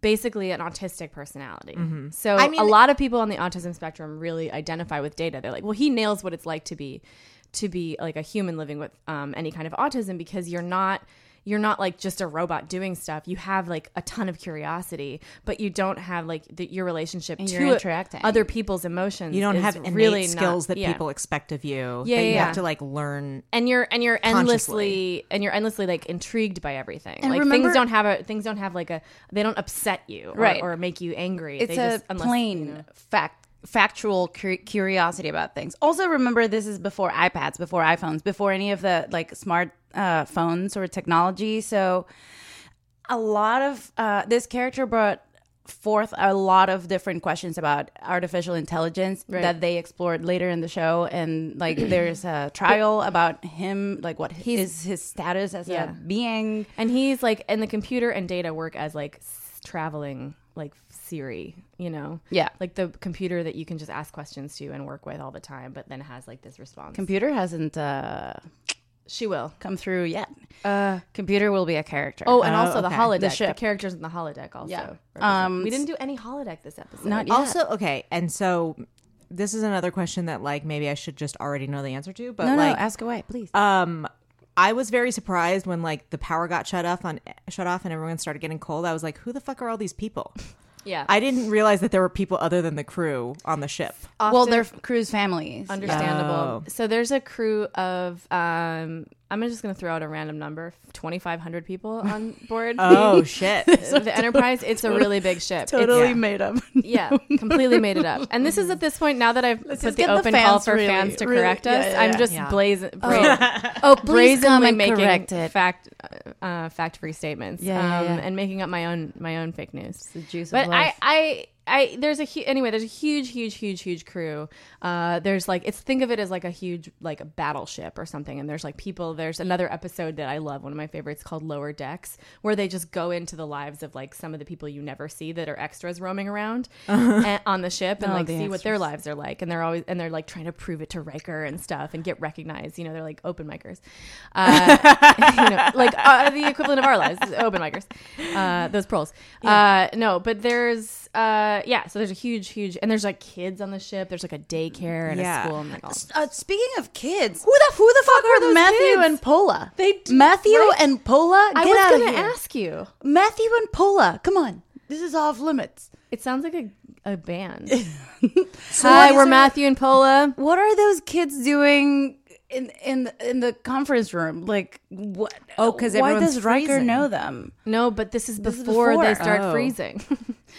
[SPEAKER 1] basically an autistic personality.
[SPEAKER 3] Mm-hmm.
[SPEAKER 1] So
[SPEAKER 4] I mean-
[SPEAKER 1] a lot of people on the autism spectrum really identify with data. They're like, well, he nails what it's like to be to be like a human living with um, any kind of autism because you're not you're not like just a robot doing stuff. You have like a ton of curiosity, but you don't have like the, your relationship
[SPEAKER 3] And
[SPEAKER 1] to
[SPEAKER 3] you're interacting.
[SPEAKER 1] other people's emotions.
[SPEAKER 4] You don't
[SPEAKER 1] is
[SPEAKER 4] have innate
[SPEAKER 1] really not-
[SPEAKER 4] skills that
[SPEAKER 1] yeah.
[SPEAKER 4] people expect of you.
[SPEAKER 1] Yeah,
[SPEAKER 4] that you
[SPEAKER 1] yeah,
[SPEAKER 4] have to
[SPEAKER 1] yeah.
[SPEAKER 4] like learn.
[SPEAKER 1] and you're and you're
[SPEAKER 4] Consciously.
[SPEAKER 1] endlessly and you're endlessly like intrigued by everything.
[SPEAKER 3] And
[SPEAKER 1] like
[SPEAKER 3] remember-
[SPEAKER 1] things don't have a things don't have like a they don't upset you or,
[SPEAKER 3] Right.
[SPEAKER 1] or make you angry.
[SPEAKER 3] it's
[SPEAKER 1] they
[SPEAKER 3] a
[SPEAKER 1] just, unless,
[SPEAKER 3] plain
[SPEAKER 1] you know.
[SPEAKER 3] fact factual cur- curiosity about things also remember this is before ipads before iphones before any of the like smart uh, phones or technology so a lot of uh, this character brought forth a lot of different questions about artificial intelligence that they explored later in the show and like there's a trial about him like what is his status as
[SPEAKER 1] Yeah.
[SPEAKER 3] a being
[SPEAKER 1] And he's like, and the computer and data work as like s- traveling like Siri, you know?
[SPEAKER 3] Yeah.
[SPEAKER 1] Like the computer that you can just ask questions to and work with all the time, but then has like this response.
[SPEAKER 3] computer hasn't uh,
[SPEAKER 1] she will.
[SPEAKER 3] come through yet computer will be a character
[SPEAKER 1] Uh, Oh, and also the holodeck,
[SPEAKER 3] The
[SPEAKER 1] the,
[SPEAKER 3] ship.
[SPEAKER 1] characters in the holodeck also.
[SPEAKER 3] Yeah.
[SPEAKER 1] represent-
[SPEAKER 3] Um,
[SPEAKER 1] we didn't do any holodeck this episode.
[SPEAKER 3] Not yet.
[SPEAKER 4] Also, okay, and so this is another question that like maybe I should just already know the answer to, but
[SPEAKER 3] no,
[SPEAKER 4] like
[SPEAKER 3] no, ask away, please.
[SPEAKER 4] Um, I was very surprised when like the power got shut off on shut off and everyone started getting cold. I was like, who the fuck are all these people?
[SPEAKER 1] Yeah.
[SPEAKER 4] I didn't realize that there were people other than the crew on the ship.
[SPEAKER 3] well, they're f- cruise families.
[SPEAKER 1] Understandable. So there's a crew of um I'm just going to throw out a random number, 2500 people on board.
[SPEAKER 4] Oh shit.
[SPEAKER 1] the, the Enterprise, it's a really big ship.
[SPEAKER 3] Totally made up.
[SPEAKER 1] Yeah, completely made it up. And this is at this point now that I've put
[SPEAKER 3] just
[SPEAKER 1] the
[SPEAKER 3] get the
[SPEAKER 1] open call
[SPEAKER 3] fans
[SPEAKER 1] for
[SPEAKER 3] really-
[SPEAKER 1] fans to
[SPEAKER 3] really-
[SPEAKER 1] correct
[SPEAKER 3] yeah,
[SPEAKER 1] us.
[SPEAKER 3] yeah, yeah.
[SPEAKER 1] I'm just
[SPEAKER 4] Yeah.
[SPEAKER 1] blazing,
[SPEAKER 3] Oh, please
[SPEAKER 1] brazenly
[SPEAKER 3] come and
[SPEAKER 1] making
[SPEAKER 3] correct it.
[SPEAKER 1] fact uh, fact free statements.
[SPEAKER 3] Yeah, yeah, yeah.
[SPEAKER 1] and making up my own my own fake news.
[SPEAKER 3] the juice of
[SPEAKER 1] but
[SPEAKER 3] life.
[SPEAKER 1] I I I there's a hu- anyway there's a huge huge huge huge crew. Uh, there's like it's think of it as like a huge like a battleship or something. And there's like people. There's another episode that I love, one of my favorites called Lower Decks, where they just go into the lives of like some of the people you never see that are extras roaming around
[SPEAKER 3] Uh-huh.
[SPEAKER 1] and, on the ship
[SPEAKER 3] Oh,
[SPEAKER 1] and like see what their lives are like. And they're always and they're like trying to prove it to Riker and stuff and get recognized. You know, they're like open micers, uh, you know, like uh, the equivalent of our lives, open micers. Uh, those pearls. Uh, no, but there's uh, yeah. So there's a huge, huge, and there's like kids on the ship. There's like a daycare and
[SPEAKER 4] Yeah.
[SPEAKER 1] a school. And like all.
[SPEAKER 3] Uh, speaking of kids,
[SPEAKER 1] Who the who the fuck are those
[SPEAKER 3] Matthew
[SPEAKER 1] kids?
[SPEAKER 3] and Pola.
[SPEAKER 1] They d-
[SPEAKER 3] Matthew
[SPEAKER 1] right.
[SPEAKER 3] and Pola. Get
[SPEAKER 1] I was
[SPEAKER 3] out
[SPEAKER 1] gonna
[SPEAKER 3] of here.
[SPEAKER 1] ask you.
[SPEAKER 3] Matthew and Pola. Come on, this is off limits.
[SPEAKER 1] It sounds like a, a band. Hi,
[SPEAKER 3] what
[SPEAKER 1] we're
[SPEAKER 3] is it-
[SPEAKER 1] Matthew and Paula.
[SPEAKER 3] What are those kids doing in in in the conference room? Like what?
[SPEAKER 4] Oh, 'cause
[SPEAKER 3] why
[SPEAKER 4] everyone's
[SPEAKER 3] does Riker
[SPEAKER 4] freezing.
[SPEAKER 3] know them?
[SPEAKER 1] No, but this is
[SPEAKER 3] is
[SPEAKER 1] before, they
[SPEAKER 3] before.
[SPEAKER 1] start
[SPEAKER 4] Oh.
[SPEAKER 1] freezing.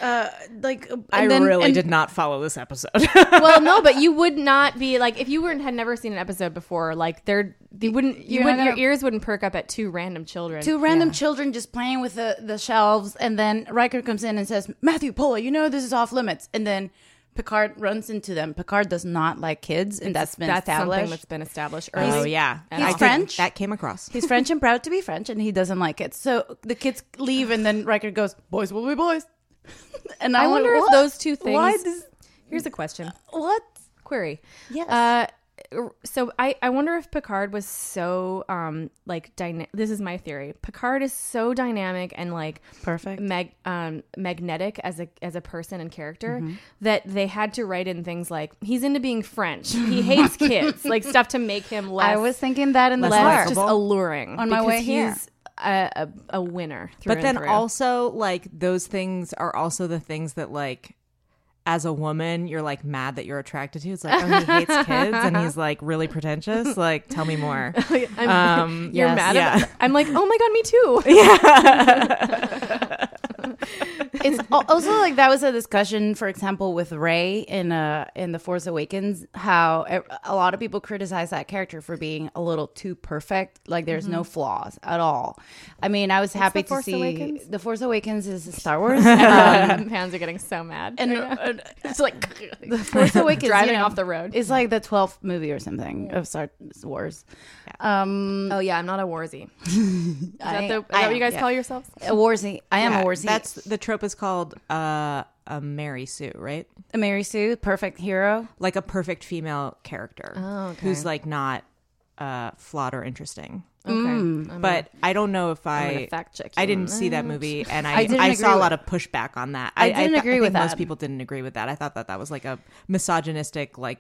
[SPEAKER 3] Like
[SPEAKER 4] I
[SPEAKER 3] and then-
[SPEAKER 4] really
[SPEAKER 3] and-
[SPEAKER 4] did not follow this episode.
[SPEAKER 1] well, no, but you would not be like if you weren't had never seen an episode before. Like there, you wouldn't. You
[SPEAKER 3] You're
[SPEAKER 1] wouldn't.
[SPEAKER 3] not
[SPEAKER 1] Your
[SPEAKER 3] gonna-
[SPEAKER 1] ears wouldn't perk up at two random children.
[SPEAKER 3] Two random children just playing with the, the shelves, and then Riker comes in and says, Matthew, Pola, you know this is off limits. And then Picard runs into them. Picard does not like kids, and that's been
[SPEAKER 1] that's something
[SPEAKER 3] established.
[SPEAKER 1] that's been established. Early.
[SPEAKER 4] oh yeah,
[SPEAKER 1] He's
[SPEAKER 4] I could-
[SPEAKER 3] French.
[SPEAKER 4] That came across.
[SPEAKER 3] He's French and proud to be French, and he doesn't like it. So the kids leave, and then Riker goes, Boys will be boys. and
[SPEAKER 1] I
[SPEAKER 3] I'm like,
[SPEAKER 1] wonder if
[SPEAKER 3] Oh, "What?
[SPEAKER 1] those two things.
[SPEAKER 3] Why does.
[SPEAKER 1] Here's a question.
[SPEAKER 3] What?
[SPEAKER 1] Query.
[SPEAKER 3] Yes.
[SPEAKER 1] Uh, so I, I wonder if Picard was so um like dyna- this is my theory. Picard is so dynamic and like
[SPEAKER 3] Perfect.
[SPEAKER 1] mag- um, magnetic as a as a person and character that they had to write in things like he's into being French. He hates kids. Like stuff to make him less
[SPEAKER 3] I was thinking that in the
[SPEAKER 1] less
[SPEAKER 3] car.
[SPEAKER 1] just alluring
[SPEAKER 3] On my
[SPEAKER 1] because
[SPEAKER 3] way here.
[SPEAKER 1] he's a, a, a winner through
[SPEAKER 4] but
[SPEAKER 1] and
[SPEAKER 4] then
[SPEAKER 1] through.
[SPEAKER 4] also like those things are also the things that like as a woman you're like mad that you're attracted to it's like oh he hates kids and he's like really pretentious like tell me more
[SPEAKER 1] I'm-
[SPEAKER 4] um
[SPEAKER 1] you're
[SPEAKER 4] yes.
[SPEAKER 1] mad
[SPEAKER 4] yeah.
[SPEAKER 1] about I'm like, "Oh my god, me too."
[SPEAKER 3] it's al- also like that was a discussion, for example, with Ray in uh in the Force Awakens, how e- a lot of people criticize that character for being a little too perfect. Like there's no flaws at all. I mean, I was happy
[SPEAKER 1] Mm-hmm. The
[SPEAKER 3] to
[SPEAKER 1] Force
[SPEAKER 3] see
[SPEAKER 1] Awakens?
[SPEAKER 3] the Force Awakens is Star Wars. um,
[SPEAKER 1] Fans are getting so mad.
[SPEAKER 3] and,
[SPEAKER 1] right now.
[SPEAKER 3] and
[SPEAKER 1] it's like
[SPEAKER 3] the Force Awakens
[SPEAKER 1] driving
[SPEAKER 3] you know,
[SPEAKER 1] off the road.
[SPEAKER 3] is like the twelfth movie or something of Star Wars. Um,
[SPEAKER 1] Oh yeah, I'm not a warzy. Is that,
[SPEAKER 3] I-
[SPEAKER 1] the, is
[SPEAKER 3] I
[SPEAKER 1] that what you
[SPEAKER 3] am,
[SPEAKER 1] guys
[SPEAKER 3] yeah.
[SPEAKER 1] call yourselves?
[SPEAKER 3] a Warzy. I am
[SPEAKER 4] Yeah,
[SPEAKER 3] a Warzy.
[SPEAKER 4] that's the trope is called uh a Mary Sue, right?
[SPEAKER 3] a Mary Sue, perfect hero.
[SPEAKER 4] Like a perfect female character
[SPEAKER 3] Oh,
[SPEAKER 4] who's like not uh flawed or interesting.
[SPEAKER 3] Mm.
[SPEAKER 1] Okay.
[SPEAKER 4] but I don't know if I
[SPEAKER 1] gonna fact check
[SPEAKER 4] I
[SPEAKER 1] you
[SPEAKER 4] didn't
[SPEAKER 1] on
[SPEAKER 4] see that movie, and
[SPEAKER 3] I
[SPEAKER 4] I
[SPEAKER 3] didn't
[SPEAKER 4] I,
[SPEAKER 3] agree
[SPEAKER 4] saw a
[SPEAKER 3] with-
[SPEAKER 4] lot of pushback on that.
[SPEAKER 3] I didn't
[SPEAKER 4] th-
[SPEAKER 3] agree
[SPEAKER 4] think
[SPEAKER 3] with
[SPEAKER 4] Most
[SPEAKER 3] that.
[SPEAKER 4] people didn't agree with that. I thought that that was like a misogynistic, like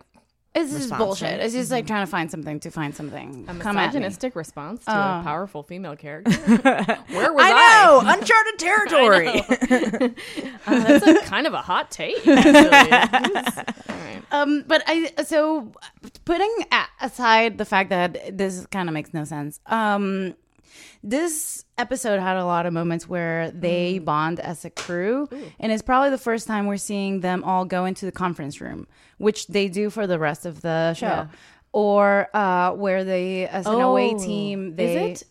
[SPEAKER 3] It's just
[SPEAKER 4] response,
[SPEAKER 3] bullshit.
[SPEAKER 4] right?
[SPEAKER 3] It's just like
[SPEAKER 1] Mm-hmm.
[SPEAKER 3] trying to find something to find something.
[SPEAKER 1] a
[SPEAKER 3] Come at me.
[SPEAKER 1] misogynistic response to
[SPEAKER 3] Oh.
[SPEAKER 1] a powerful female character. Where was I?
[SPEAKER 4] Oh, uncharted territory.
[SPEAKER 1] Uh, that's a, kind of a hot take. actually.
[SPEAKER 3] Um, but I so putting a- aside the fact that this kind of makes no sense. Um, this episode had a lot of moments where they
[SPEAKER 1] Mm.
[SPEAKER 3] bond as a crew, and it's probably the first time we're seeing them all go into the conference room, which they do for the rest of the show. Or uh, where they, as an away
[SPEAKER 1] Oh.
[SPEAKER 3] team,
[SPEAKER 1] Is
[SPEAKER 3] they
[SPEAKER 1] it?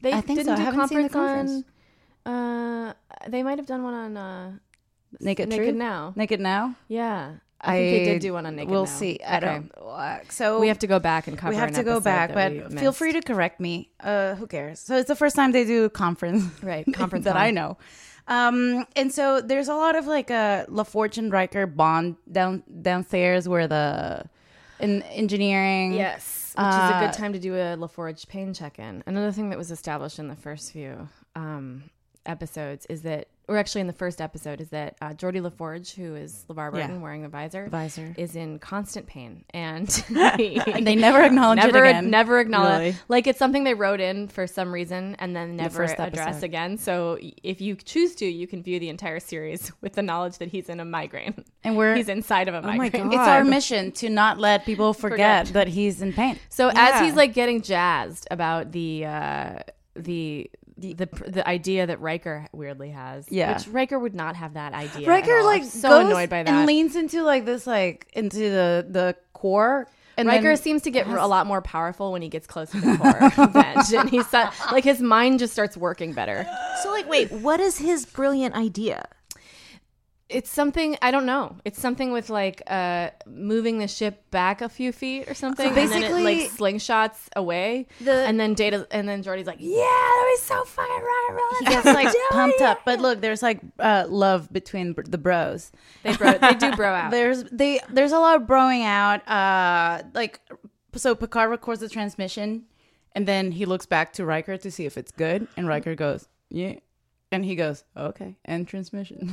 [SPEAKER 1] They
[SPEAKER 3] I think
[SPEAKER 1] didn't
[SPEAKER 3] so. I
[SPEAKER 1] do
[SPEAKER 3] haven't seen the
[SPEAKER 1] conference on. Uh, they might have done one on. Uh, Naked
[SPEAKER 3] naked, Truth?
[SPEAKER 1] Now.
[SPEAKER 3] naked now.
[SPEAKER 1] yeah, I, think they did do one on Naked.
[SPEAKER 3] We'll
[SPEAKER 1] Now.
[SPEAKER 3] see. I
[SPEAKER 1] Okay.
[SPEAKER 3] don't. uh, so
[SPEAKER 1] We have to go back and cover.
[SPEAKER 3] we have
[SPEAKER 1] an
[SPEAKER 3] to go
[SPEAKER 1] episode
[SPEAKER 3] back,
[SPEAKER 1] that
[SPEAKER 3] but
[SPEAKER 1] we
[SPEAKER 3] feel
[SPEAKER 1] missed.
[SPEAKER 3] free to correct me. Uh, who cares? So it's the first time they do a conference,
[SPEAKER 1] Right, conference
[SPEAKER 3] that
[SPEAKER 1] on.
[SPEAKER 3] I know. Um, and so there's a lot of like a La Fortune Riker bond down downstairs where the in engineering.
[SPEAKER 1] Yes, which is a
[SPEAKER 3] Uh,
[SPEAKER 1] good time to do a LaForge pain check-in. Another thing that was established in the first few um, episodes is that, or actually in the first episode, is that uh, Geordie LaForge, who is LeVar Burton wearing the visor,
[SPEAKER 3] Visor.
[SPEAKER 1] is in constant pain, and
[SPEAKER 3] And they never acknowledge
[SPEAKER 1] never
[SPEAKER 3] it again.
[SPEAKER 1] never acknowledge
[SPEAKER 4] Really?
[SPEAKER 1] like it's something they wrote in for some reason and then never
[SPEAKER 3] first
[SPEAKER 1] address
[SPEAKER 3] episode.
[SPEAKER 1] again. So y- if you choose to, you can view the entire series with the knowledge that he's in a migraine
[SPEAKER 3] And we're- Oh
[SPEAKER 1] he's inside of a migraine.
[SPEAKER 4] God.
[SPEAKER 3] It's our mission to not let people
[SPEAKER 1] Forget.
[SPEAKER 3] forget, that he's in pain.
[SPEAKER 1] So as he's like getting jazzed about the uh, the the the idea that Riker weirdly has,
[SPEAKER 3] Yeah.
[SPEAKER 1] which Riker would not have that idea. at
[SPEAKER 3] Riker
[SPEAKER 1] all.
[SPEAKER 3] like
[SPEAKER 1] I'm so
[SPEAKER 3] goes
[SPEAKER 1] annoyed by that.
[SPEAKER 3] and leans into like this like into the the core. And
[SPEAKER 1] Riker
[SPEAKER 3] then-
[SPEAKER 1] seems to get a lot more powerful when he gets close to the core bench, and he's su- like his mind just starts working better.
[SPEAKER 4] so like, wait, what is his brilliant idea?
[SPEAKER 1] it's something I don't know. It's something with like uh, moving the ship back a few feet or something. and then it, like slingshots away,
[SPEAKER 3] The-
[SPEAKER 1] and then Data and then Jordy's like, "Yeah, that was so fucking right,
[SPEAKER 3] He
[SPEAKER 1] really."
[SPEAKER 3] gets like pumped up, but look, there's like uh, love between br- the bros.
[SPEAKER 1] They bro, they do bro out.
[SPEAKER 3] There's they there's a lot of broing out. Uh, like so, Picard records the transmission, and then he looks back to Riker to see if it's good, and Riker goes, "Yeah," and he goes, "Okay," and transmission.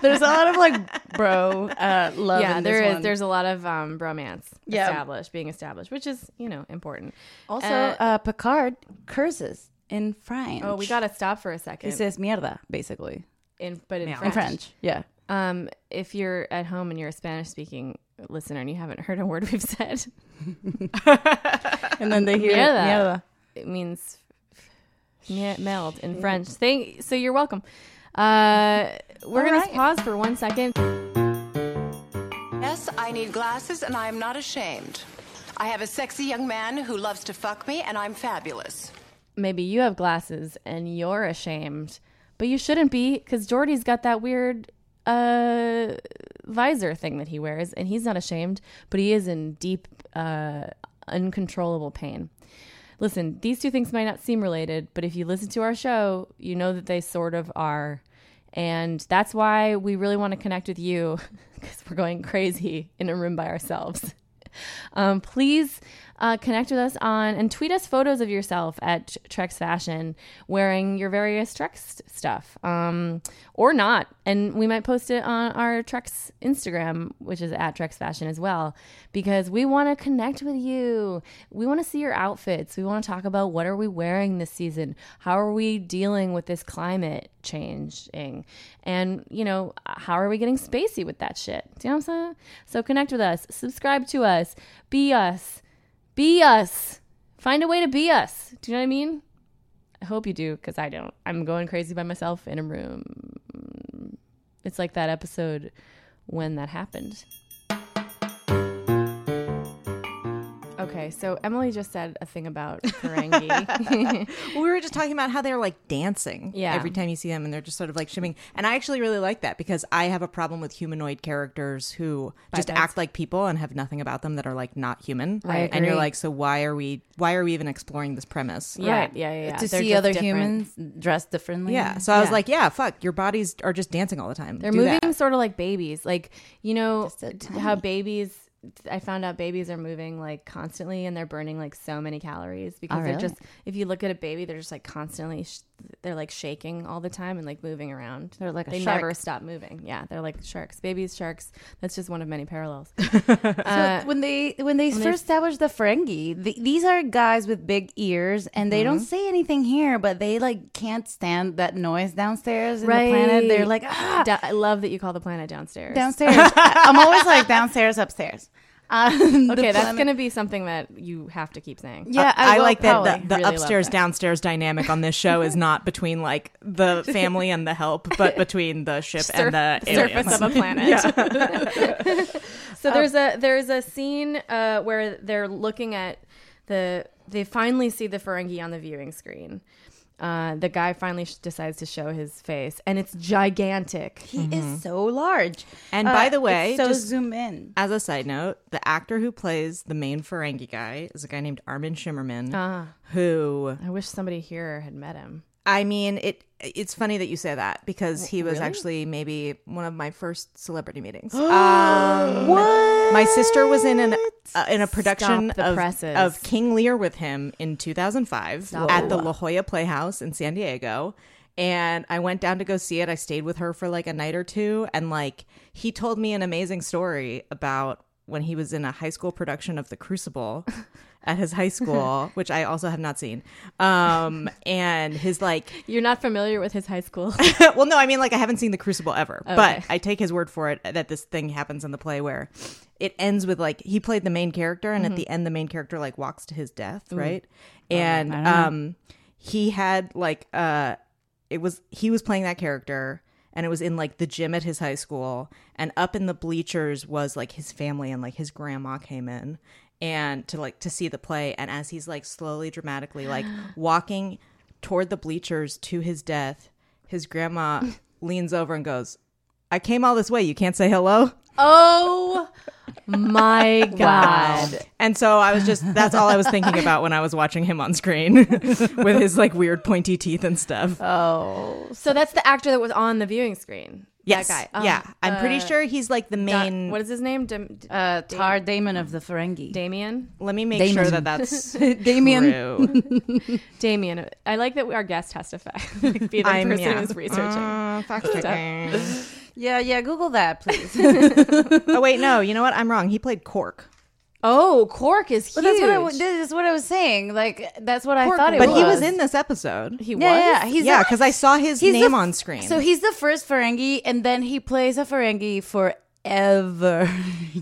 [SPEAKER 3] there's a lot of like bro uh, love.
[SPEAKER 1] yeah,
[SPEAKER 3] in
[SPEAKER 1] there
[SPEAKER 3] this
[SPEAKER 1] is.
[SPEAKER 3] one.
[SPEAKER 1] There's a lot of um, bromance
[SPEAKER 3] Yeah.
[SPEAKER 1] established, being established, which is you know important.
[SPEAKER 3] also
[SPEAKER 1] Uh,
[SPEAKER 3] uh, Picard curses in French.
[SPEAKER 1] oh, we gotta stop for a second.
[SPEAKER 3] He says "mierda" basically
[SPEAKER 1] in but in
[SPEAKER 3] in
[SPEAKER 1] French.
[SPEAKER 3] French. Yeah.
[SPEAKER 1] Um, if you're at home and you're a Spanish speaking listener and you haven't heard a word we've said,
[SPEAKER 3] And then they hear
[SPEAKER 1] Mierda.
[SPEAKER 3] mierda.
[SPEAKER 1] it means me- meld in French. Thank. So you're welcome. Uh, we're gonna
[SPEAKER 3] right.
[SPEAKER 1] pause for one second.
[SPEAKER 8] Yes, I need glasses, and I am not ashamed. I have a sexy young man who loves to fuck me, and I'm fabulous.
[SPEAKER 1] Maybe you have glasses and you're ashamed, but you shouldn't be because Jordy's got that weird uh visor thing that he wears, and he's not ashamed, but he is in deep, uh, uncontrollable pain. Listen, these two things might not seem related, but if you listen to our show, you know that they sort of are. And that's why we really want to connect with you because we're going crazy in a room by ourselves. Um, please uh, connect with us on and tweet us photos of yourself at Trex Fashion wearing your various Trex stuff um, or not. And we might post it on our Trex Instagram, which is at Trex Fashion as well, because we want to connect with you. We want to see your outfits. We want to talk about what are we wearing this season? How are we dealing with this climate changing? And, you know, how are we getting spacey with that shit? Do you know what I'm saying? So connect with us, subscribe to us, be us, be us. Find a way to be us. Do you know what I mean? I hope you do because I don't. I'm going crazy by myself in a room. It's like that episode when that happened. Okay, so Emily just said a thing about Ferengi.
[SPEAKER 4] Well, we were just talking about how they're like dancing
[SPEAKER 1] Yeah.
[SPEAKER 4] every time you see them, and they're just sort of like shimming. And I actually really like that because I have a problem with humanoid characters who just
[SPEAKER 1] Bipeds.
[SPEAKER 4] act like people and have nothing about them that are like not human.
[SPEAKER 1] I
[SPEAKER 4] And you're
[SPEAKER 1] agree.
[SPEAKER 4] like, so why are we? Why are we even exploring this premise?
[SPEAKER 1] yeah, right. yeah, yeah, yeah.
[SPEAKER 3] To
[SPEAKER 1] They're
[SPEAKER 3] see
[SPEAKER 1] just
[SPEAKER 3] other
[SPEAKER 1] different.
[SPEAKER 3] humans dressed differently.
[SPEAKER 4] Yeah. So I was like, yeah, fuck, your bodies are just dancing all the time.
[SPEAKER 1] They're
[SPEAKER 4] Do
[SPEAKER 1] moving
[SPEAKER 4] that.
[SPEAKER 1] sort of like babies. Like, you know, how babies, I found out babies are moving like constantly and they're burning like so many calories because
[SPEAKER 3] Oh, really?
[SPEAKER 1] they're just, if you look at a baby, they're just like constantly, sh- they're like shaking all the time and like moving around. They're
[SPEAKER 3] like a
[SPEAKER 1] they
[SPEAKER 3] shark.
[SPEAKER 1] never stop moving. Yeah. They're like sharks, babies, sharks. That's just one of many parallels. Uh,
[SPEAKER 3] So when they Uh, when they first established the Ferengi, th these are guys with big ears, and they don't say anything here, but they like can't stand that noise downstairs in the planet. They're like ah,
[SPEAKER 1] Da- I love that you call the planet downstairs.
[SPEAKER 3] downstairs. I- I'm always like downstairs, upstairs. Um,
[SPEAKER 1] Okay, that's going to be something that you have to keep saying.
[SPEAKER 3] yeah. I,
[SPEAKER 4] Uh, I,
[SPEAKER 3] will
[SPEAKER 4] like that the,
[SPEAKER 3] probably.
[SPEAKER 4] the
[SPEAKER 1] Really love
[SPEAKER 4] upstairs
[SPEAKER 1] that.
[SPEAKER 4] downstairs dynamic on this show is not between like the family and the help, but between the ship
[SPEAKER 1] Surf-
[SPEAKER 4] and the aliens.
[SPEAKER 1] surface of a planet. so there's a there's a scene uh, where they're looking at the they finally see the Ferengi on the viewing screen. Uh, the guy finally sh- decides to show his face, and it's gigantic.
[SPEAKER 3] He is so large.
[SPEAKER 4] And by
[SPEAKER 1] Uh,
[SPEAKER 4] the
[SPEAKER 3] it's
[SPEAKER 4] way,
[SPEAKER 3] so
[SPEAKER 4] just-
[SPEAKER 3] zoom in.
[SPEAKER 4] As a side note, the actor who plays the main Ferengi guy is a guy named Armin Shimmerman,
[SPEAKER 1] Ah.
[SPEAKER 4] who
[SPEAKER 1] I wish somebody here had met him.
[SPEAKER 4] I mean, it it's funny that you say that because he was actually maybe one of my first celebrity meetings. um, what? My sister was in an uh, in a production
[SPEAKER 1] Stop the
[SPEAKER 4] of,
[SPEAKER 1] presses.
[SPEAKER 4] of King Lear with him in 2005 at the La Jolla Playhouse in San Diego. And I went down to go see it. I stayed with her for like a night or two. And like, he told me an amazing story about when he was in a high school production of The Crucible at his high school, which I also have not seen. Um, and his like,
[SPEAKER 1] You're not familiar with his high school.
[SPEAKER 4] well, no, I mean, like, I haven't seen The Crucible ever, but I take his word for it that this thing happens in the play where it ends with like he played the main character, and at the end, the main character like walks to his death, right? And um, he had like uh, it was he was playing that character. And it was in like the gym at his high school, and up in the bleachers was like his family, and like his grandma came in, and to like to see the play. And as he's like slowly, dramatically, like walking toward the bleachers to his death, his grandma leans over and goes, I came all this way. You can't say hello.
[SPEAKER 1] Oh my god.
[SPEAKER 4] And so I was just that's all I was thinking about when I was watching him on screen with his like weird pointy teeth and stuff.
[SPEAKER 1] Oh, So that's the actor that was on the viewing screen.
[SPEAKER 4] yes.
[SPEAKER 1] That guy. Um,
[SPEAKER 4] yeah. I'm pretty sure he's like the
[SPEAKER 1] Da-
[SPEAKER 4] main
[SPEAKER 1] what is his name? Dim- D-
[SPEAKER 3] Uh, Tar Damon of the Ferengi.
[SPEAKER 1] Damien?
[SPEAKER 4] Let me make
[SPEAKER 3] Damon.
[SPEAKER 4] sure that that's
[SPEAKER 3] Damien.
[SPEAKER 4] true.
[SPEAKER 1] Damien. I like that our guest has to fact like, be the
[SPEAKER 4] I'm-
[SPEAKER 1] person
[SPEAKER 4] yeah. Ah,
[SPEAKER 1] who's researching.
[SPEAKER 3] Mm. Yeah, yeah. Google that, please.
[SPEAKER 4] oh wait, no. You know what? I'm wrong. He played Cork.
[SPEAKER 1] oh, Cork is huge.
[SPEAKER 3] But that's what I, wa- this is what I was saying. Like that's what I
[SPEAKER 1] Poor
[SPEAKER 3] thought it
[SPEAKER 1] guy.
[SPEAKER 4] But
[SPEAKER 3] was.
[SPEAKER 4] he was in this episode.
[SPEAKER 1] he
[SPEAKER 3] Yeah,
[SPEAKER 1] was.
[SPEAKER 3] yeah, he's
[SPEAKER 4] yeah, because I saw his
[SPEAKER 3] he's the
[SPEAKER 4] name
[SPEAKER 3] f-
[SPEAKER 4] on screen.
[SPEAKER 3] So he's the first Ferengi, and then he plays a Ferengi forever.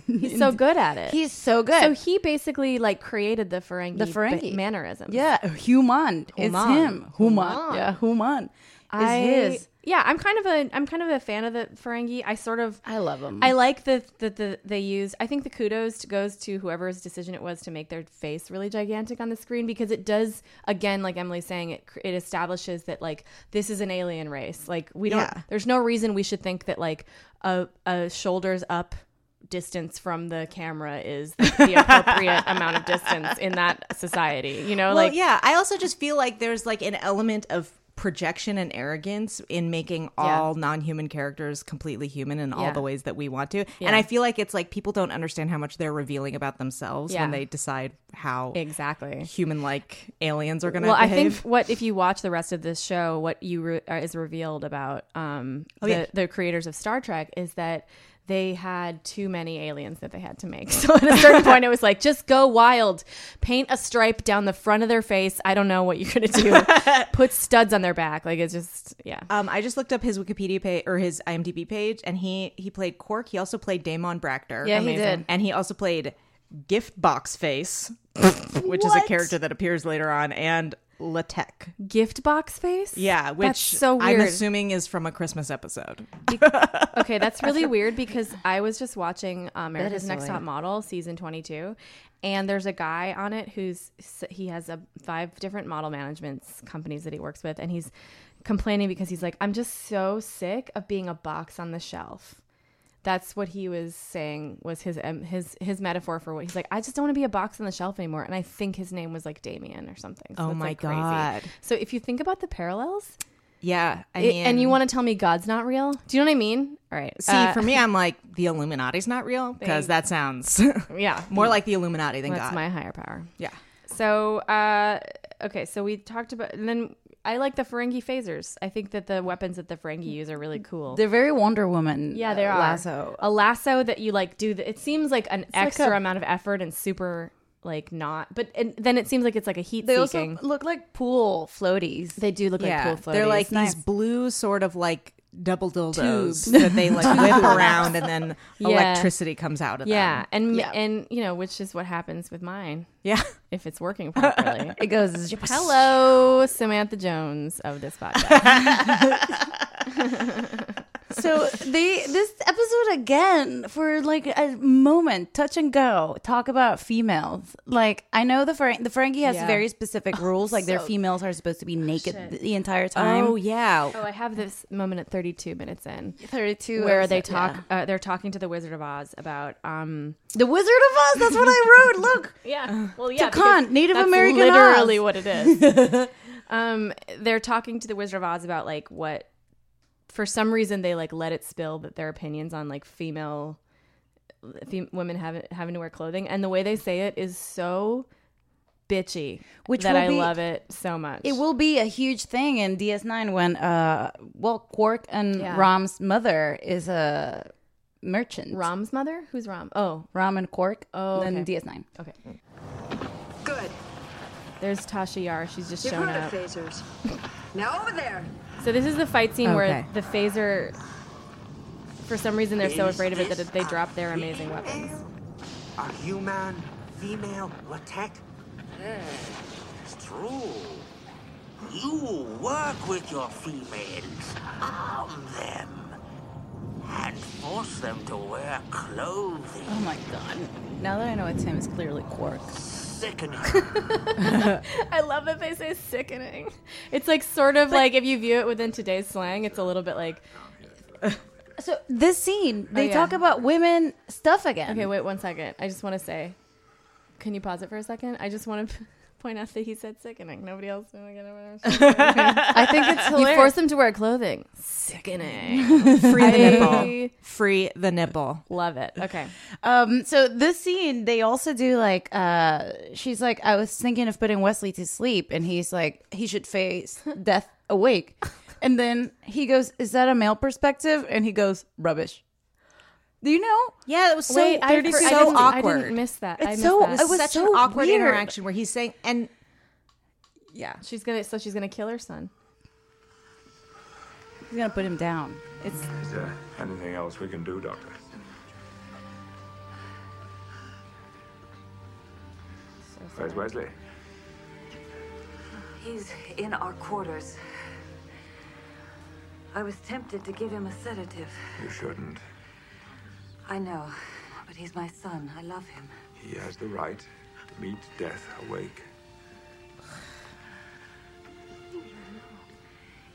[SPEAKER 1] He's so good at it.
[SPEAKER 3] He's so good.
[SPEAKER 1] so he basically like created the Ferengi,
[SPEAKER 3] The
[SPEAKER 1] ba-
[SPEAKER 3] Ferengi.
[SPEAKER 1] mannerism.
[SPEAKER 3] yeah, human. It's
[SPEAKER 1] Human.
[SPEAKER 3] him. Human.
[SPEAKER 1] Human.
[SPEAKER 3] Yeah, human. Is
[SPEAKER 1] I,
[SPEAKER 3] his.
[SPEAKER 1] Yeah, I'm kind of a I'm kind of a fan of the Ferengi. I sort of
[SPEAKER 3] I love him.
[SPEAKER 1] I like the that the, they used. I think the kudos goes to whoever's decision it was to make their face really gigantic on the screen because it does again, like Emily's saying, it cr- it establishes that like this is an alien race. Like we don't.
[SPEAKER 4] Yeah.
[SPEAKER 1] There's no reason we should think that like a, a shoulders up distance from the camera is the appropriate amount of distance in that society. You know,
[SPEAKER 4] Well,
[SPEAKER 1] like
[SPEAKER 4] yeah, I also just feel like there's like an element of projection and arrogance in making all non-human characters completely human in all
[SPEAKER 1] Yeah.
[SPEAKER 4] the ways that we want to. And I feel like it's like people don't understand how much they're revealing about themselves
[SPEAKER 1] Yeah.
[SPEAKER 4] when they decide how
[SPEAKER 1] exactly.
[SPEAKER 4] human-like aliens are going to
[SPEAKER 1] well
[SPEAKER 4] behave.
[SPEAKER 1] i think what if you watch the rest of this show what you re- uh, is revealed about um the,
[SPEAKER 4] Oh, yeah.
[SPEAKER 1] the creators of star trek is that they had too many aliens that they had to make so at a certain point it was like just go wild paint a stripe down the front of their face i don't know what you're gonna do put studs on their back like it's just yeah
[SPEAKER 4] Um, I just looked up his Wikipedia page or his IMDb page, and he he played Cork. He also played Damon Bractor.
[SPEAKER 3] Yeah, he Amazing. did.
[SPEAKER 4] And he also played Gift Box Face, which is a character that appears later on, and Latech.
[SPEAKER 1] gift box face
[SPEAKER 4] Yeah, which
[SPEAKER 1] that's so
[SPEAKER 4] I'm
[SPEAKER 1] weird
[SPEAKER 4] assuming is from a Christmas episode.
[SPEAKER 1] okay, that's really weird because I was just watching uh, America's
[SPEAKER 3] is
[SPEAKER 1] Next
[SPEAKER 3] so
[SPEAKER 1] Top Model season 22, and there's a guy on it who's he has a five different model management companies that he works with, and he's complaining because he's like, I'm just so sick of being a box on the shelf. That's what he was saying was his um, his his metaphor for what he's like. I just don't want to be a box on the shelf anymore, and I think his name was like Damien or something. So
[SPEAKER 4] Oh
[SPEAKER 1] it's,
[SPEAKER 4] my
[SPEAKER 1] like, crazy.
[SPEAKER 4] God.
[SPEAKER 1] So if you think about the parallels,
[SPEAKER 4] Yeah, I
[SPEAKER 1] it- and you want to tell me God's not real, do you know what I mean? All right.
[SPEAKER 4] see
[SPEAKER 1] uh,
[SPEAKER 4] for me, I'm like the Illuminati's not real because that sounds
[SPEAKER 1] yeah,
[SPEAKER 4] more like the Illuminati than
[SPEAKER 1] That's
[SPEAKER 4] God.
[SPEAKER 1] my higher power.
[SPEAKER 4] yeah,
[SPEAKER 1] So, uh, okay, so we talked about, and then I like the Ferengi phasers. I think that the weapons that the Ferengi use are really cool.
[SPEAKER 3] They're very Wonder Woman.
[SPEAKER 1] yeah, there
[SPEAKER 3] uh,
[SPEAKER 1] are
[SPEAKER 3] Lasso.
[SPEAKER 1] a lasso that you like do. The, it seems like an
[SPEAKER 3] like
[SPEAKER 1] extra
[SPEAKER 3] a-
[SPEAKER 1] amount of effort and super like not, but and then it seems like it's like a heat
[SPEAKER 3] They
[SPEAKER 1] seeking.
[SPEAKER 3] also look like pool floaties.
[SPEAKER 1] they do look
[SPEAKER 4] yeah.
[SPEAKER 1] like cool floaties.
[SPEAKER 4] They're like
[SPEAKER 3] Nice.
[SPEAKER 4] these blue sort of like double dildos that they like whip around, and then
[SPEAKER 1] Yeah.
[SPEAKER 4] electricity comes out of
[SPEAKER 1] yeah,
[SPEAKER 4] them.
[SPEAKER 1] and
[SPEAKER 3] Yeah.
[SPEAKER 1] and you know, which is what happens with mine
[SPEAKER 4] Yeah,
[SPEAKER 1] if it's working properly.
[SPEAKER 3] it goes.
[SPEAKER 1] Hello, Samantha Jones of this podcast.
[SPEAKER 3] So they this episode again for like a moment, touch and go. Talk about females. Like I know the Fer- the Ferengi has
[SPEAKER 1] Yeah. Oh,
[SPEAKER 3] very specific rules. Like their females are supposed to be naked th- the entire time.
[SPEAKER 4] Oh yeah.
[SPEAKER 1] oh, I have this moment at 32 minutes in.
[SPEAKER 3] thirty two.
[SPEAKER 1] where they talk uh, they're talking to the wizard of oz about um uh,
[SPEAKER 3] The Wizard of Oz. That's what I wrote. Look,
[SPEAKER 1] yeah well yeah
[SPEAKER 3] Tucson,
[SPEAKER 1] because
[SPEAKER 3] Native
[SPEAKER 1] that's
[SPEAKER 3] American
[SPEAKER 1] literally
[SPEAKER 3] Oz.
[SPEAKER 1] what it is um they're talking to the wizard of oz about like what for some reason they like let it spill that their opinions on like female fem- women having having to wear clothing and the way they say it is so bitchy
[SPEAKER 3] Which
[SPEAKER 1] that
[SPEAKER 3] will
[SPEAKER 1] i
[SPEAKER 3] be-
[SPEAKER 1] love it so much
[SPEAKER 3] it will be a huge thing in DS Nine when uh, well, Quark and
[SPEAKER 1] Yeah.
[SPEAKER 3] Rom's mother is a merchant.
[SPEAKER 1] rom's mother who's rom oh
[SPEAKER 3] Rom and Quark. Oh, and
[SPEAKER 1] okay.
[SPEAKER 3] DS Nine.
[SPEAKER 1] okay
[SPEAKER 9] Good.
[SPEAKER 1] there's tasha yar she's just
[SPEAKER 9] You've
[SPEAKER 1] shown
[SPEAKER 9] heard
[SPEAKER 1] up
[SPEAKER 9] of phasers. now over there.
[SPEAKER 1] So this is the fight scene
[SPEAKER 3] Okay.
[SPEAKER 1] where the phaser. For some reason, they're so afraid of it that they drop their amazing weapons.
[SPEAKER 7] A human female latex? It's true. You work with your females, arm them, and force them to wear clothing.
[SPEAKER 3] Oh my god. Now that I know it's him, it's clearly Quark.
[SPEAKER 7] Sickening.
[SPEAKER 1] I love that they say sickening. It's like sort of like if you view it within today's slang, it's a little bit like
[SPEAKER 3] So this scene, they
[SPEAKER 1] yeah.
[SPEAKER 3] talk about women stuff again.
[SPEAKER 1] Okay, wait one second. I just want to say, can you pause it for a second? I just want to point out that he said sickening. Nobody else. I
[SPEAKER 3] I think it's
[SPEAKER 1] You
[SPEAKER 3] hilarious.
[SPEAKER 1] force them to wear clothing. Sickening.
[SPEAKER 4] Free the
[SPEAKER 1] I
[SPEAKER 4] nipple. Free the nipple.
[SPEAKER 1] love it. Okay.
[SPEAKER 3] Um, so this scene, they also do like, uh, she's like, I was thinking of putting Wesley to sleep, and he's like, he should face death awake. And then he goes, Is that a male perspective? And he goes, Rubbish. Do you know?
[SPEAKER 4] Yeah, it was so
[SPEAKER 1] Wait, I
[SPEAKER 4] dirty,
[SPEAKER 1] for- I
[SPEAKER 4] so
[SPEAKER 1] didn't- I
[SPEAKER 4] awkward.
[SPEAKER 1] didn't miss that. I missed
[SPEAKER 4] It's so
[SPEAKER 1] that.
[SPEAKER 4] it
[SPEAKER 1] It
[SPEAKER 4] was,
[SPEAKER 1] was
[SPEAKER 4] such
[SPEAKER 3] so
[SPEAKER 4] an awkward
[SPEAKER 3] weird.
[SPEAKER 4] interaction where he's saying and yeah,
[SPEAKER 1] She's gonna. So she's gonna kill her son.
[SPEAKER 3] He's gonna put him down. It's
[SPEAKER 2] Is there anything else we can do, Doctor? Where's Wesley?
[SPEAKER 9] He's in our quarters. I was tempted to give him a sedative.
[SPEAKER 2] You shouldn't.
[SPEAKER 9] I know, but he's my son. I love him.
[SPEAKER 2] He has the right to meet death awake.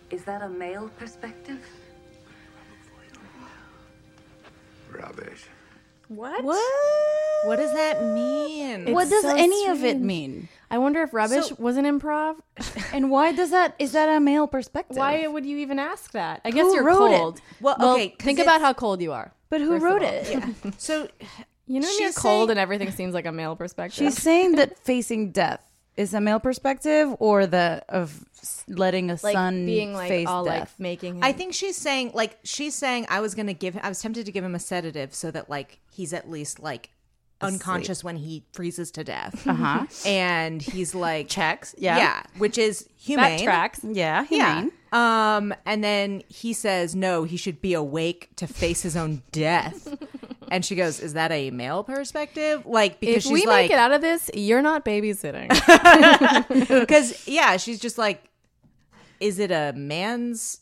[SPEAKER 9] Is that a male perspective?
[SPEAKER 2] Rubbish.
[SPEAKER 1] What?
[SPEAKER 4] what does that mean?
[SPEAKER 3] what does
[SPEAKER 1] so
[SPEAKER 3] any of it
[SPEAKER 1] strange.
[SPEAKER 3] mean?
[SPEAKER 1] I wonder if rubbish
[SPEAKER 3] So-
[SPEAKER 1] was an improv.
[SPEAKER 3] And why does that? Is that a male perspective?
[SPEAKER 1] Why would you even ask that? I guess
[SPEAKER 3] Who
[SPEAKER 1] you're
[SPEAKER 3] wrote it?
[SPEAKER 1] cold.
[SPEAKER 4] Well, okay, 'cause
[SPEAKER 1] Think about
[SPEAKER 4] it's-
[SPEAKER 1] how cold you are.
[SPEAKER 3] But who
[SPEAKER 1] First of
[SPEAKER 3] wrote
[SPEAKER 1] all.
[SPEAKER 3] it?
[SPEAKER 4] So
[SPEAKER 1] You know, when
[SPEAKER 4] She's
[SPEAKER 1] you're cold
[SPEAKER 4] saying-
[SPEAKER 1] and everything seems like a male perspective.
[SPEAKER 3] She's saying that facing death is a male perspective, or the of s- letting a
[SPEAKER 1] like
[SPEAKER 3] son
[SPEAKER 1] being like
[SPEAKER 3] face
[SPEAKER 1] all
[SPEAKER 3] death.
[SPEAKER 1] like making. Him,
[SPEAKER 4] I think she's saying like she's saying I was gonna give I was tempted to give him a sedative so that like he's at least like unconscious when he freezes to death. Uh
[SPEAKER 1] Uh-huh.
[SPEAKER 4] huh. and he's like
[SPEAKER 3] Checks, yeah.
[SPEAKER 4] yeah, which is
[SPEAKER 1] that
[SPEAKER 4] humane.
[SPEAKER 1] tracks.
[SPEAKER 3] yeah,
[SPEAKER 4] Yeah.
[SPEAKER 3] humane.
[SPEAKER 4] Um, and then he says no, he should be awake to face his own death. and she goes, "Is that a male perspective?" Like because
[SPEAKER 1] If
[SPEAKER 4] she's
[SPEAKER 1] we
[SPEAKER 4] like,
[SPEAKER 1] make it out of this, you're not babysitting.
[SPEAKER 4] Because yeah, she's just like, is it a man's?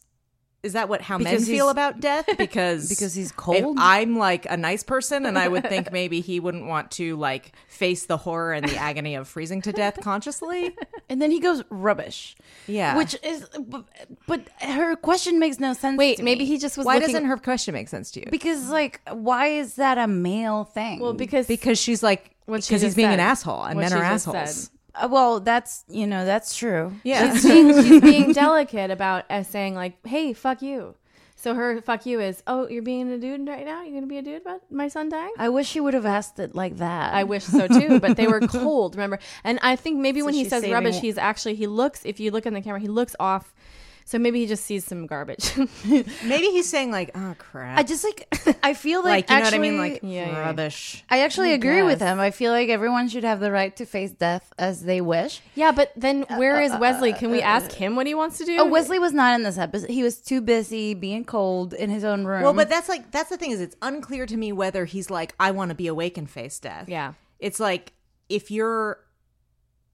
[SPEAKER 4] Is that what how
[SPEAKER 3] Because
[SPEAKER 4] men feel
[SPEAKER 3] he's-
[SPEAKER 4] about death? Because
[SPEAKER 3] because he's
[SPEAKER 4] if
[SPEAKER 3] cold?
[SPEAKER 4] I'm like a nice person, and I would think maybe he wouldn't want to like face the horror and the agony of freezing to death consciously.
[SPEAKER 3] And then he goes rubbish.
[SPEAKER 4] Yeah.
[SPEAKER 3] which is, but, but her question makes no sense.
[SPEAKER 1] Wait,
[SPEAKER 3] to
[SPEAKER 1] maybe
[SPEAKER 3] me.
[SPEAKER 1] he just was.
[SPEAKER 4] Why
[SPEAKER 1] looking-
[SPEAKER 4] doesn't her question make sense to you?
[SPEAKER 3] because like why is that a male thing?
[SPEAKER 1] Well, because
[SPEAKER 4] Because she's like,
[SPEAKER 1] what
[SPEAKER 4] because
[SPEAKER 1] she
[SPEAKER 4] he's
[SPEAKER 1] just
[SPEAKER 4] being
[SPEAKER 1] said.
[SPEAKER 4] an asshole, and
[SPEAKER 1] What
[SPEAKER 4] men
[SPEAKER 1] she
[SPEAKER 4] are
[SPEAKER 1] just said.
[SPEAKER 4] assholes.
[SPEAKER 3] Uh, well, that's you know that's true.
[SPEAKER 4] Yeah,
[SPEAKER 1] She- she's being delicate about uh, saying like, "Hey, fuck you." So her "fuck you" is, "Oh, you're being a dude right now. You're gonna be a dude about my son dying."
[SPEAKER 3] I wish she would have asked it like that.
[SPEAKER 1] I wish so too, but they were cold, remember? And I think maybe when he
[SPEAKER 3] she's
[SPEAKER 1] says
[SPEAKER 3] saving
[SPEAKER 1] rubbish,
[SPEAKER 3] it.
[SPEAKER 1] he's actually he looks if you look in the camera, he looks off. So maybe he just sees some garbage.
[SPEAKER 4] maybe he's saying like, oh crap,
[SPEAKER 3] I just like I feel like
[SPEAKER 4] like you know what I mean,
[SPEAKER 3] actually-
[SPEAKER 4] like
[SPEAKER 1] Yeah, yeah.
[SPEAKER 4] rubbish.
[SPEAKER 3] I actually agree with
[SPEAKER 1] guess.
[SPEAKER 3] him. I feel like everyone should have the right to face death as they wish.
[SPEAKER 1] yeah, but then where is Wesley? Can we ask him what he wants to do?
[SPEAKER 3] Uh, Oh, Wesley was not in this episode. He was too busy being cold in his own room.
[SPEAKER 4] Well, but that's like that's the thing is it's unclear to me whether he's like I want to be awake and face death.
[SPEAKER 1] Yeah.
[SPEAKER 4] it's like if you're,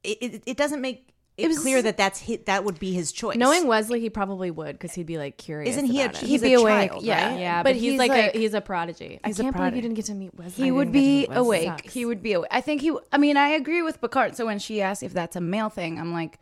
[SPEAKER 4] it it, it doesn't make it,
[SPEAKER 3] was-
[SPEAKER 4] clear that that's hit that would be his choice.
[SPEAKER 1] Knowing Wesley, he probably would because he'd be like curious.
[SPEAKER 4] isn't he a
[SPEAKER 1] about it.
[SPEAKER 4] he's
[SPEAKER 3] He'd be
[SPEAKER 4] a
[SPEAKER 3] awake,
[SPEAKER 4] Child,
[SPEAKER 3] yeah.
[SPEAKER 4] right?
[SPEAKER 1] Yeah, but,
[SPEAKER 3] But
[SPEAKER 1] he's,
[SPEAKER 3] he's
[SPEAKER 1] like,
[SPEAKER 3] like-
[SPEAKER 1] a he's a prodigy. I
[SPEAKER 3] he's a
[SPEAKER 1] can't believe you
[SPEAKER 3] prodigy.
[SPEAKER 1] didn't get to meet Wesley.
[SPEAKER 3] he
[SPEAKER 1] I
[SPEAKER 3] would
[SPEAKER 1] didn't get to
[SPEAKER 3] be
[SPEAKER 1] meet Wesley.
[SPEAKER 3] awake.
[SPEAKER 1] Sucks.
[SPEAKER 3] He would be awake. I think he. I mean, I agree with Picard. So when she asked if that's a male thing, I'm like,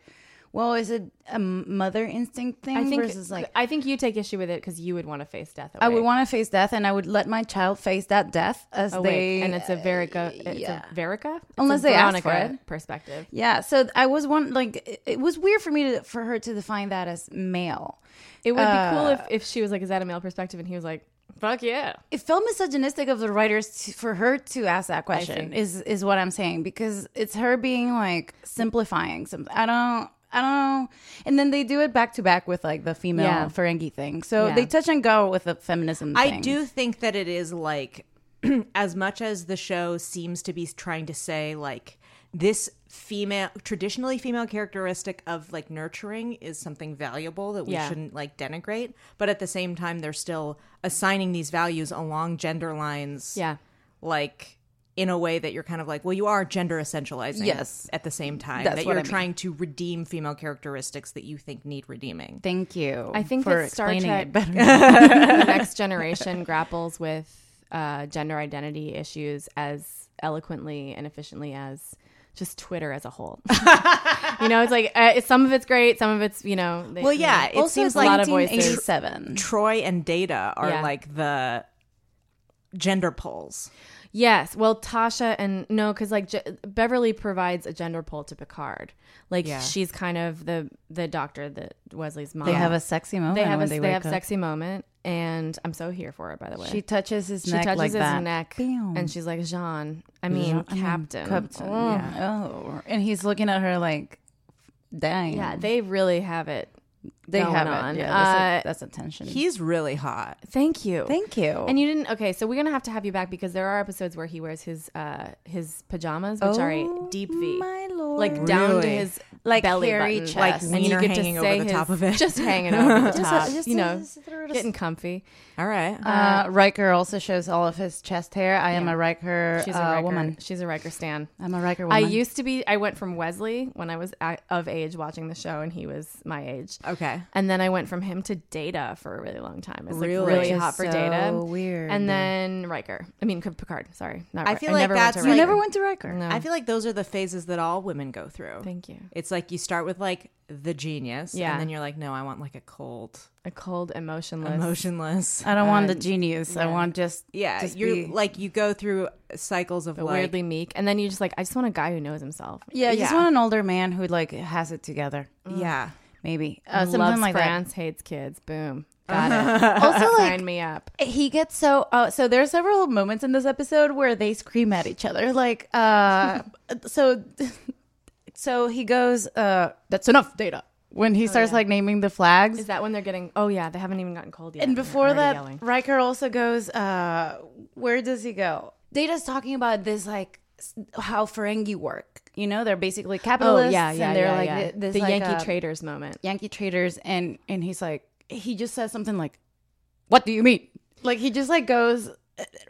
[SPEAKER 3] well, is it a mother instinct thing
[SPEAKER 1] I think
[SPEAKER 3] versus like
[SPEAKER 1] I think you take issue with it because you would want to face death. Awake.
[SPEAKER 3] I would want to face death, and I would let my child face that death as
[SPEAKER 1] awake,
[SPEAKER 3] they
[SPEAKER 1] and it's a Verica. It's
[SPEAKER 3] uh, yeah.
[SPEAKER 1] a Verica. It's
[SPEAKER 3] Unless
[SPEAKER 1] a
[SPEAKER 3] they ask for
[SPEAKER 1] Veronica
[SPEAKER 3] it.
[SPEAKER 1] Perspective.
[SPEAKER 3] Yeah, so I was one like it, it was weird for me to for her to define that as male.
[SPEAKER 1] It would be
[SPEAKER 3] Uh,
[SPEAKER 1] cool if, if she was like, "Is that a male perspective?" And he was like, "Fuck yeah."
[SPEAKER 3] It felt misogynistic of the writers to, for her to ask that question.
[SPEAKER 1] see.
[SPEAKER 3] Is is what I'm saying because it's her being like simplifying something. I don't. I don't know. And then they do it back to back with like the female
[SPEAKER 1] Yeah.
[SPEAKER 3] Ferengi thing. So
[SPEAKER 1] Yeah.
[SPEAKER 3] they touch and go with the feminism
[SPEAKER 4] I
[SPEAKER 3] thing.
[SPEAKER 4] do think that it is like as much as the show seems to be trying to say like this female traditionally female characteristic of like nurturing is something valuable that we
[SPEAKER 1] Yeah.
[SPEAKER 4] shouldn't like denigrate but at the same time they're still assigning these values along gender lines
[SPEAKER 1] Yeah.
[SPEAKER 4] like in a way that you're kind of like well you are gender essentializing
[SPEAKER 3] Yes.
[SPEAKER 4] at the same time
[SPEAKER 3] That's
[SPEAKER 4] that
[SPEAKER 3] what
[SPEAKER 4] you're
[SPEAKER 3] I mean.
[SPEAKER 4] trying to redeem female characteristics that you think need redeeming
[SPEAKER 3] Thank you.
[SPEAKER 1] I think
[SPEAKER 3] for
[SPEAKER 1] that Star
[SPEAKER 3] explaining
[SPEAKER 1] Trek-
[SPEAKER 3] it better.
[SPEAKER 1] the next generation grapples with uh, gender identity issues as eloquently and efficiently as just Twitter as a whole. you know, it's like uh, it's, some of it's great, some of it's you know. they-
[SPEAKER 4] Well, yeah,
[SPEAKER 1] you
[SPEAKER 4] it
[SPEAKER 1] know,
[SPEAKER 4] seems
[SPEAKER 1] a
[SPEAKER 4] like
[SPEAKER 1] lot of voices.
[SPEAKER 3] 1987.
[SPEAKER 4] Troy and Data are
[SPEAKER 1] Yeah.
[SPEAKER 4] like the gender poles.
[SPEAKER 1] Yes. Well, Tasha and no, because like J- Beverly provides a gender pole to Picard. Like
[SPEAKER 4] Yeah.
[SPEAKER 1] she's kind of the the doctor that Wesley's mom.
[SPEAKER 3] They have a sexy moment.
[SPEAKER 1] they have a
[SPEAKER 3] when
[SPEAKER 1] they,
[SPEAKER 3] they,
[SPEAKER 1] have
[SPEAKER 3] wake up.
[SPEAKER 1] sexy moment, and I'm so here for it. By the way,
[SPEAKER 3] She touches his
[SPEAKER 1] She
[SPEAKER 3] neck
[SPEAKER 1] touches
[SPEAKER 3] like
[SPEAKER 1] his
[SPEAKER 3] that.
[SPEAKER 1] neck,
[SPEAKER 3] Bam.
[SPEAKER 1] and she's like Jean. I mean,
[SPEAKER 3] Jean- I mean,
[SPEAKER 1] Captain.
[SPEAKER 3] Captain.
[SPEAKER 1] Oh.
[SPEAKER 3] Yeah. Oh, and he's looking at her like, dying.
[SPEAKER 1] Yeah, they really have it.
[SPEAKER 3] they
[SPEAKER 1] going
[SPEAKER 3] have
[SPEAKER 1] on.
[SPEAKER 3] it. Yeah, that's,
[SPEAKER 1] Uh,
[SPEAKER 3] a, that's attention.
[SPEAKER 4] He's really hot.
[SPEAKER 1] Thank you.
[SPEAKER 3] Thank you.
[SPEAKER 1] And you didn't. Okay, so we're gonna have to have you back because there are episodes where he wears his uh his pajamas, which are
[SPEAKER 4] Oh
[SPEAKER 1] a deep V,
[SPEAKER 3] my lord.
[SPEAKER 1] like down to
[SPEAKER 4] Really?
[SPEAKER 1] his
[SPEAKER 3] Like
[SPEAKER 1] belly
[SPEAKER 3] hairy
[SPEAKER 1] button,
[SPEAKER 3] Like
[SPEAKER 4] chest. wiener
[SPEAKER 1] get to
[SPEAKER 4] hanging over
[SPEAKER 1] say
[SPEAKER 4] the top of it.
[SPEAKER 1] just hanging over the
[SPEAKER 4] Just a-
[SPEAKER 1] top.
[SPEAKER 3] just
[SPEAKER 1] you
[SPEAKER 3] a-
[SPEAKER 1] know,
[SPEAKER 3] just a-
[SPEAKER 1] getting comfy.
[SPEAKER 4] All right.
[SPEAKER 3] uh, Riker also shows all of his chest hair. I am a Riker,
[SPEAKER 1] She's
[SPEAKER 3] uh,
[SPEAKER 1] a Riker,
[SPEAKER 3] woman.
[SPEAKER 1] She's a Riker stan.
[SPEAKER 3] I'm a Riker
[SPEAKER 1] I
[SPEAKER 3] woman.
[SPEAKER 1] used to be. I went from Wesley when I was a of age watching the show, and he was my age.
[SPEAKER 4] Okay.
[SPEAKER 1] And then I went from him to Data for a really long time. It's
[SPEAKER 4] Really?
[SPEAKER 1] like really
[SPEAKER 4] Which
[SPEAKER 3] is
[SPEAKER 1] hot for
[SPEAKER 3] so
[SPEAKER 1] Data.
[SPEAKER 3] weird.
[SPEAKER 1] And then Riker. I mean Picard. Sorry, not.
[SPEAKER 4] I
[SPEAKER 1] Ri-
[SPEAKER 4] feel like
[SPEAKER 1] never went
[SPEAKER 4] that's
[SPEAKER 1] to
[SPEAKER 4] like-
[SPEAKER 1] Riker.
[SPEAKER 4] You
[SPEAKER 3] never went to Riker.
[SPEAKER 1] No.
[SPEAKER 4] I feel like those are the phases that all women go through.
[SPEAKER 1] Thank you.
[SPEAKER 4] It's like you start with like the genius,
[SPEAKER 1] Yeah.
[SPEAKER 4] and then you're like, no, I want like a cold,
[SPEAKER 1] A cold, emotionless.
[SPEAKER 4] emotionless.
[SPEAKER 3] I don't want the genius. I want just
[SPEAKER 4] Yeah,
[SPEAKER 3] just
[SPEAKER 4] you're
[SPEAKER 3] be-
[SPEAKER 4] like you go through cycles of
[SPEAKER 1] but
[SPEAKER 4] like,
[SPEAKER 1] weirdly meek. And then you just like, I just want a guy who knows himself.
[SPEAKER 3] yeah. You just
[SPEAKER 4] yeah.
[SPEAKER 3] want an older man who like has it together.
[SPEAKER 4] yeah.
[SPEAKER 3] Maybe uh,
[SPEAKER 1] Loves
[SPEAKER 3] something like
[SPEAKER 1] France, hates kids. Boom. Got it. also, sign me up.
[SPEAKER 3] that. He gets so uh, so. There's several moments in this episode where they scream at each other. Like uh, so, so he goes. Uh, That's enough data. When he starts like naming the flags,
[SPEAKER 1] Is that when they're getting? Oh yeah, they haven't even gotten cold yet.
[SPEAKER 3] And
[SPEAKER 1] They're
[SPEAKER 3] before
[SPEAKER 1] already
[SPEAKER 3] that,
[SPEAKER 1] yelling.
[SPEAKER 3] Riker also goes, uh, where does he go? Data's talking about this, like, s- how Ferengi work. You know, they're basically capitalists.
[SPEAKER 1] oh yeah, yeah,
[SPEAKER 3] And they're
[SPEAKER 1] yeah,
[SPEAKER 3] like
[SPEAKER 1] yeah.
[SPEAKER 3] th- this,
[SPEAKER 1] the
[SPEAKER 3] like,
[SPEAKER 1] Yankee
[SPEAKER 3] uh,
[SPEAKER 1] traders moment.
[SPEAKER 3] Yankee traders. And, and he's like, he just says something like, what do you mean? Like, he just, like, goes,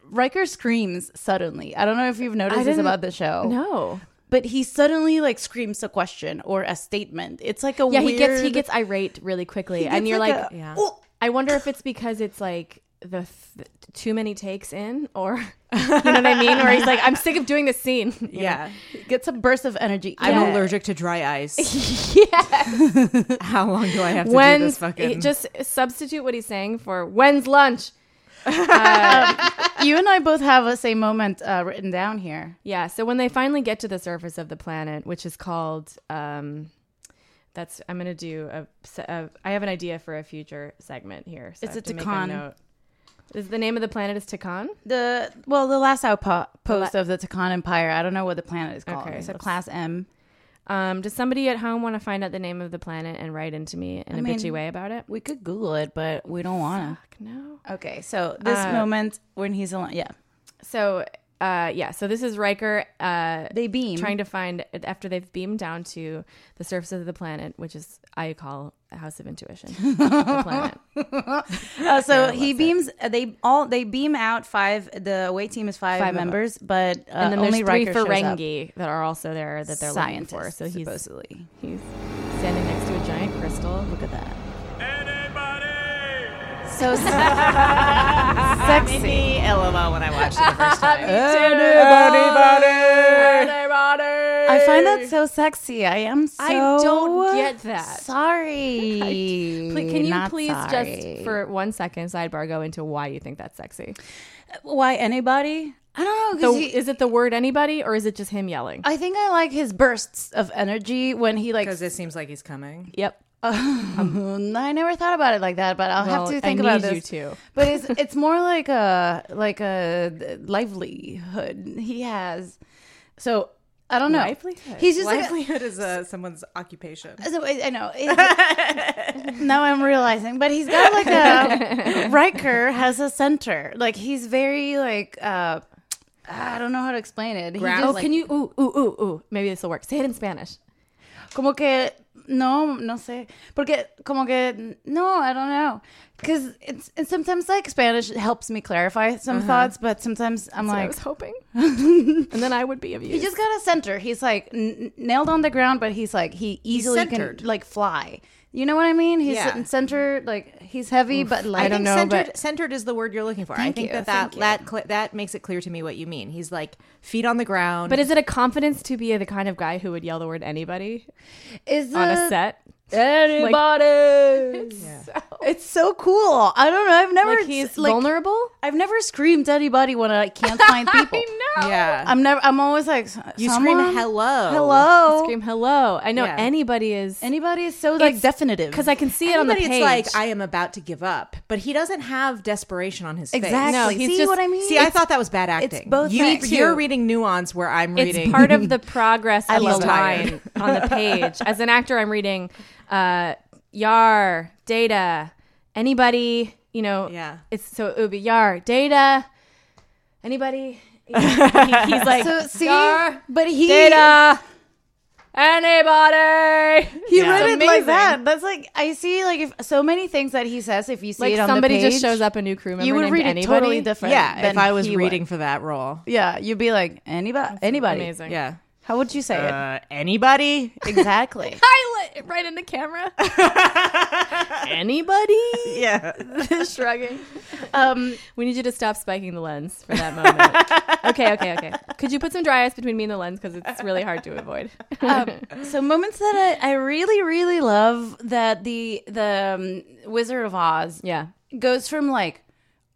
[SPEAKER 3] Riker screams suddenly. I don't know if you've noticed this
[SPEAKER 1] didn't-
[SPEAKER 3] about the show.
[SPEAKER 1] No.
[SPEAKER 3] But he suddenly, like, screams a question or a statement. It's like a
[SPEAKER 1] Yeah,
[SPEAKER 3] weird...
[SPEAKER 1] he gets he gets irate really quickly, and
[SPEAKER 3] gets
[SPEAKER 1] you're
[SPEAKER 3] like
[SPEAKER 1] like,
[SPEAKER 3] a- "Oh."
[SPEAKER 1] I wonder if it's because it's like the th- too many takes in, or you know what I mean, or he's like, I'm sick of doing this scene. you know?
[SPEAKER 4] Yeah.
[SPEAKER 3] gets a burst of energy.
[SPEAKER 4] I'm
[SPEAKER 3] Yeah.
[SPEAKER 4] allergic to dry ice. yeah. How long do I have to do this
[SPEAKER 1] When's
[SPEAKER 4] fucking?
[SPEAKER 1] it- just substitute what he's saying for when's lunch?
[SPEAKER 3] you and I both have the same moment uh, written down here.
[SPEAKER 1] Yeah. So when they finally get to the surface of the planet, which is called, um, that's I'm gonna do a, se- a. I have an idea for a future segment here. So
[SPEAKER 3] It's
[SPEAKER 1] I
[SPEAKER 3] a
[SPEAKER 1] have to make
[SPEAKER 3] Takan.
[SPEAKER 1] note. Is the name of the planet is Takan?
[SPEAKER 3] The well, the last outpost of the Takan Empire. I don't know what the planet is called.
[SPEAKER 1] Okay,
[SPEAKER 3] it's a
[SPEAKER 1] let's-
[SPEAKER 3] class M.
[SPEAKER 1] Um, does somebody at home want to find out the name of the planet and write into me in a
[SPEAKER 3] mean-
[SPEAKER 1] bitchy way about it?
[SPEAKER 3] We could Google it, but we don't want
[SPEAKER 1] Fuck no.
[SPEAKER 3] to. Okay, so uh, this moment when he's alone, yeah,
[SPEAKER 1] So, uh, yeah. So this is Riker uh,
[SPEAKER 3] they beam.
[SPEAKER 1] trying to find after they've beamed down to the surface of the planet, which is I call House of Intuition, the planet.
[SPEAKER 3] uh, so he beams. uh, They all they beam out five. The away team is five,
[SPEAKER 1] Five of
[SPEAKER 3] members, but uh,
[SPEAKER 1] And then
[SPEAKER 3] only
[SPEAKER 1] there's three
[SPEAKER 3] Riker shows
[SPEAKER 1] Ferengi that are also there that they're
[SPEAKER 3] up.
[SPEAKER 1] looking for.
[SPEAKER 3] Scientists,
[SPEAKER 1] So he's
[SPEAKER 3] supposedly.
[SPEAKER 1] he's standing next to a giant crystal.
[SPEAKER 3] Look at that.
[SPEAKER 6] Anybody?
[SPEAKER 3] So sexy.
[SPEAKER 4] LOL when I watched it the first time.
[SPEAKER 3] I find that so sexy. I am so.
[SPEAKER 1] I don't get that.
[SPEAKER 3] Sorry.
[SPEAKER 1] Pl- Can you
[SPEAKER 3] Not
[SPEAKER 1] please
[SPEAKER 3] sorry.
[SPEAKER 1] just for one second sidebar go into why you think that's sexy?
[SPEAKER 3] why anybody? I don't know.
[SPEAKER 1] So
[SPEAKER 3] 'cause he-
[SPEAKER 1] is it the word anybody or is it just him yelling?
[SPEAKER 3] I think I like his bursts of energy when he like.
[SPEAKER 4] Because it seems like he's coming.
[SPEAKER 1] yep.
[SPEAKER 3] I never thought about it like that, but I'll
[SPEAKER 1] Well,
[SPEAKER 3] have
[SPEAKER 1] I
[SPEAKER 3] to think about
[SPEAKER 1] need you
[SPEAKER 3] this.
[SPEAKER 1] to.
[SPEAKER 3] But it's it's more like a like a livelihood he has. So I don't know.
[SPEAKER 1] Livelihood?
[SPEAKER 3] He's just like a-
[SPEAKER 4] Livelihood is uh, someone's occupation.
[SPEAKER 3] So I, I know. It's- now I'm realizing, but he's got like a Riker has a center. Like he's very like uh I don't know how to explain it. He
[SPEAKER 1] Oh,
[SPEAKER 3] just,
[SPEAKER 1] can you? Ooh, ooh, ooh, ooh. Maybe this will work. Say it in Spanish.
[SPEAKER 3] como que no, no sé, porque como que no, I don't know. because it's and sometimes like Spanish helps me clarify some
[SPEAKER 1] Uh-huh.
[SPEAKER 3] thoughts, but sometimes
[SPEAKER 1] That's
[SPEAKER 3] I'm
[SPEAKER 1] what I
[SPEAKER 3] like
[SPEAKER 1] was hoping.
[SPEAKER 3] and
[SPEAKER 1] then I would be of
[SPEAKER 3] He
[SPEAKER 1] use.
[SPEAKER 3] just got a center. He's like n- nailed on the ground, but he's like he easily can
[SPEAKER 10] centered.
[SPEAKER 3] like fly. You know what I mean? He's
[SPEAKER 10] Yeah.
[SPEAKER 3] centered. Like he's heavy, but like
[SPEAKER 10] I, don't know. Centered,
[SPEAKER 3] but
[SPEAKER 4] centered is the word you're looking for. I
[SPEAKER 3] Thank
[SPEAKER 4] think
[SPEAKER 3] you,
[SPEAKER 4] that that
[SPEAKER 3] thank you.
[SPEAKER 4] that, cl- that makes it clear to me what you mean. He's like feet on the ground.
[SPEAKER 1] But is it a confidence to be the kind of guy who would yell the word anybody
[SPEAKER 3] Is
[SPEAKER 1] on
[SPEAKER 3] it
[SPEAKER 1] a set?
[SPEAKER 3] anybody?
[SPEAKER 1] it's,
[SPEAKER 3] it's so cool. I don't know. I've never
[SPEAKER 1] Like, he's vulnerable.
[SPEAKER 3] I've never screamed anybody when I can't find people.
[SPEAKER 4] Yeah.
[SPEAKER 3] I'm never. I'm always like
[SPEAKER 1] You
[SPEAKER 3] "Someone?
[SPEAKER 1] scream hello.
[SPEAKER 3] hello.
[SPEAKER 1] You scream hello. I know
[SPEAKER 3] Yeah.
[SPEAKER 1] anybody is
[SPEAKER 3] anybody is so like
[SPEAKER 1] It's-
[SPEAKER 3] definitive
[SPEAKER 1] 'cause I can see it on the
[SPEAKER 4] Anybody,
[SPEAKER 1] page.
[SPEAKER 4] It's like I am about to give up, but he doesn't have desperation on his face.
[SPEAKER 3] Exactly. No, he's
[SPEAKER 4] See
[SPEAKER 3] just-
[SPEAKER 4] what I mean? See, I
[SPEAKER 3] It's-
[SPEAKER 4] thought that was bad
[SPEAKER 3] it's
[SPEAKER 4] acting.
[SPEAKER 3] both
[SPEAKER 4] you,
[SPEAKER 3] things. Me
[SPEAKER 4] You're
[SPEAKER 3] too.
[SPEAKER 4] reading nuance where I'm
[SPEAKER 1] it's
[SPEAKER 4] reading.
[SPEAKER 1] part of the progress
[SPEAKER 4] I
[SPEAKER 1] of the
[SPEAKER 4] love tired.
[SPEAKER 1] line on the page. As an actor, I'm reading uh, Yar, Data, anybody, you know. Yeah. It's so it would be Yar, Data, anybody. He- he's like
[SPEAKER 3] So, see?
[SPEAKER 1] Yar,
[SPEAKER 3] but he-
[SPEAKER 1] Data, anybody.
[SPEAKER 3] He
[SPEAKER 1] It's
[SPEAKER 3] read it like
[SPEAKER 1] amazing.
[SPEAKER 3] that. That's like I see like if so many things that he says. If you see
[SPEAKER 1] Like
[SPEAKER 3] it on
[SPEAKER 1] somebody
[SPEAKER 3] the
[SPEAKER 1] just
[SPEAKER 3] page,
[SPEAKER 1] shows up, a new crew member
[SPEAKER 3] You would
[SPEAKER 1] named
[SPEAKER 3] read it
[SPEAKER 1] anybody?
[SPEAKER 3] totally different.
[SPEAKER 4] Yeah,
[SPEAKER 3] than
[SPEAKER 4] if I was
[SPEAKER 3] he
[SPEAKER 4] reading
[SPEAKER 3] would.
[SPEAKER 4] for that role.
[SPEAKER 3] yeah, you'd be like anybody, anybody,
[SPEAKER 1] amazing.
[SPEAKER 4] Yeah.
[SPEAKER 3] How would you say it?
[SPEAKER 4] Uh, anybody?
[SPEAKER 3] Exactly.
[SPEAKER 1] Pilot right into camera. anybody?
[SPEAKER 4] Yeah.
[SPEAKER 1] Shrugging. Um, we need you to stop spiking the lens for that moment. okay, okay, okay. Could you put some dry ice between me and the lens because it's really hard to avoid.
[SPEAKER 4] Uh,
[SPEAKER 3] um, so moments that I, I really really love that the the um, Wizard of Oz
[SPEAKER 1] yeah
[SPEAKER 3] goes from like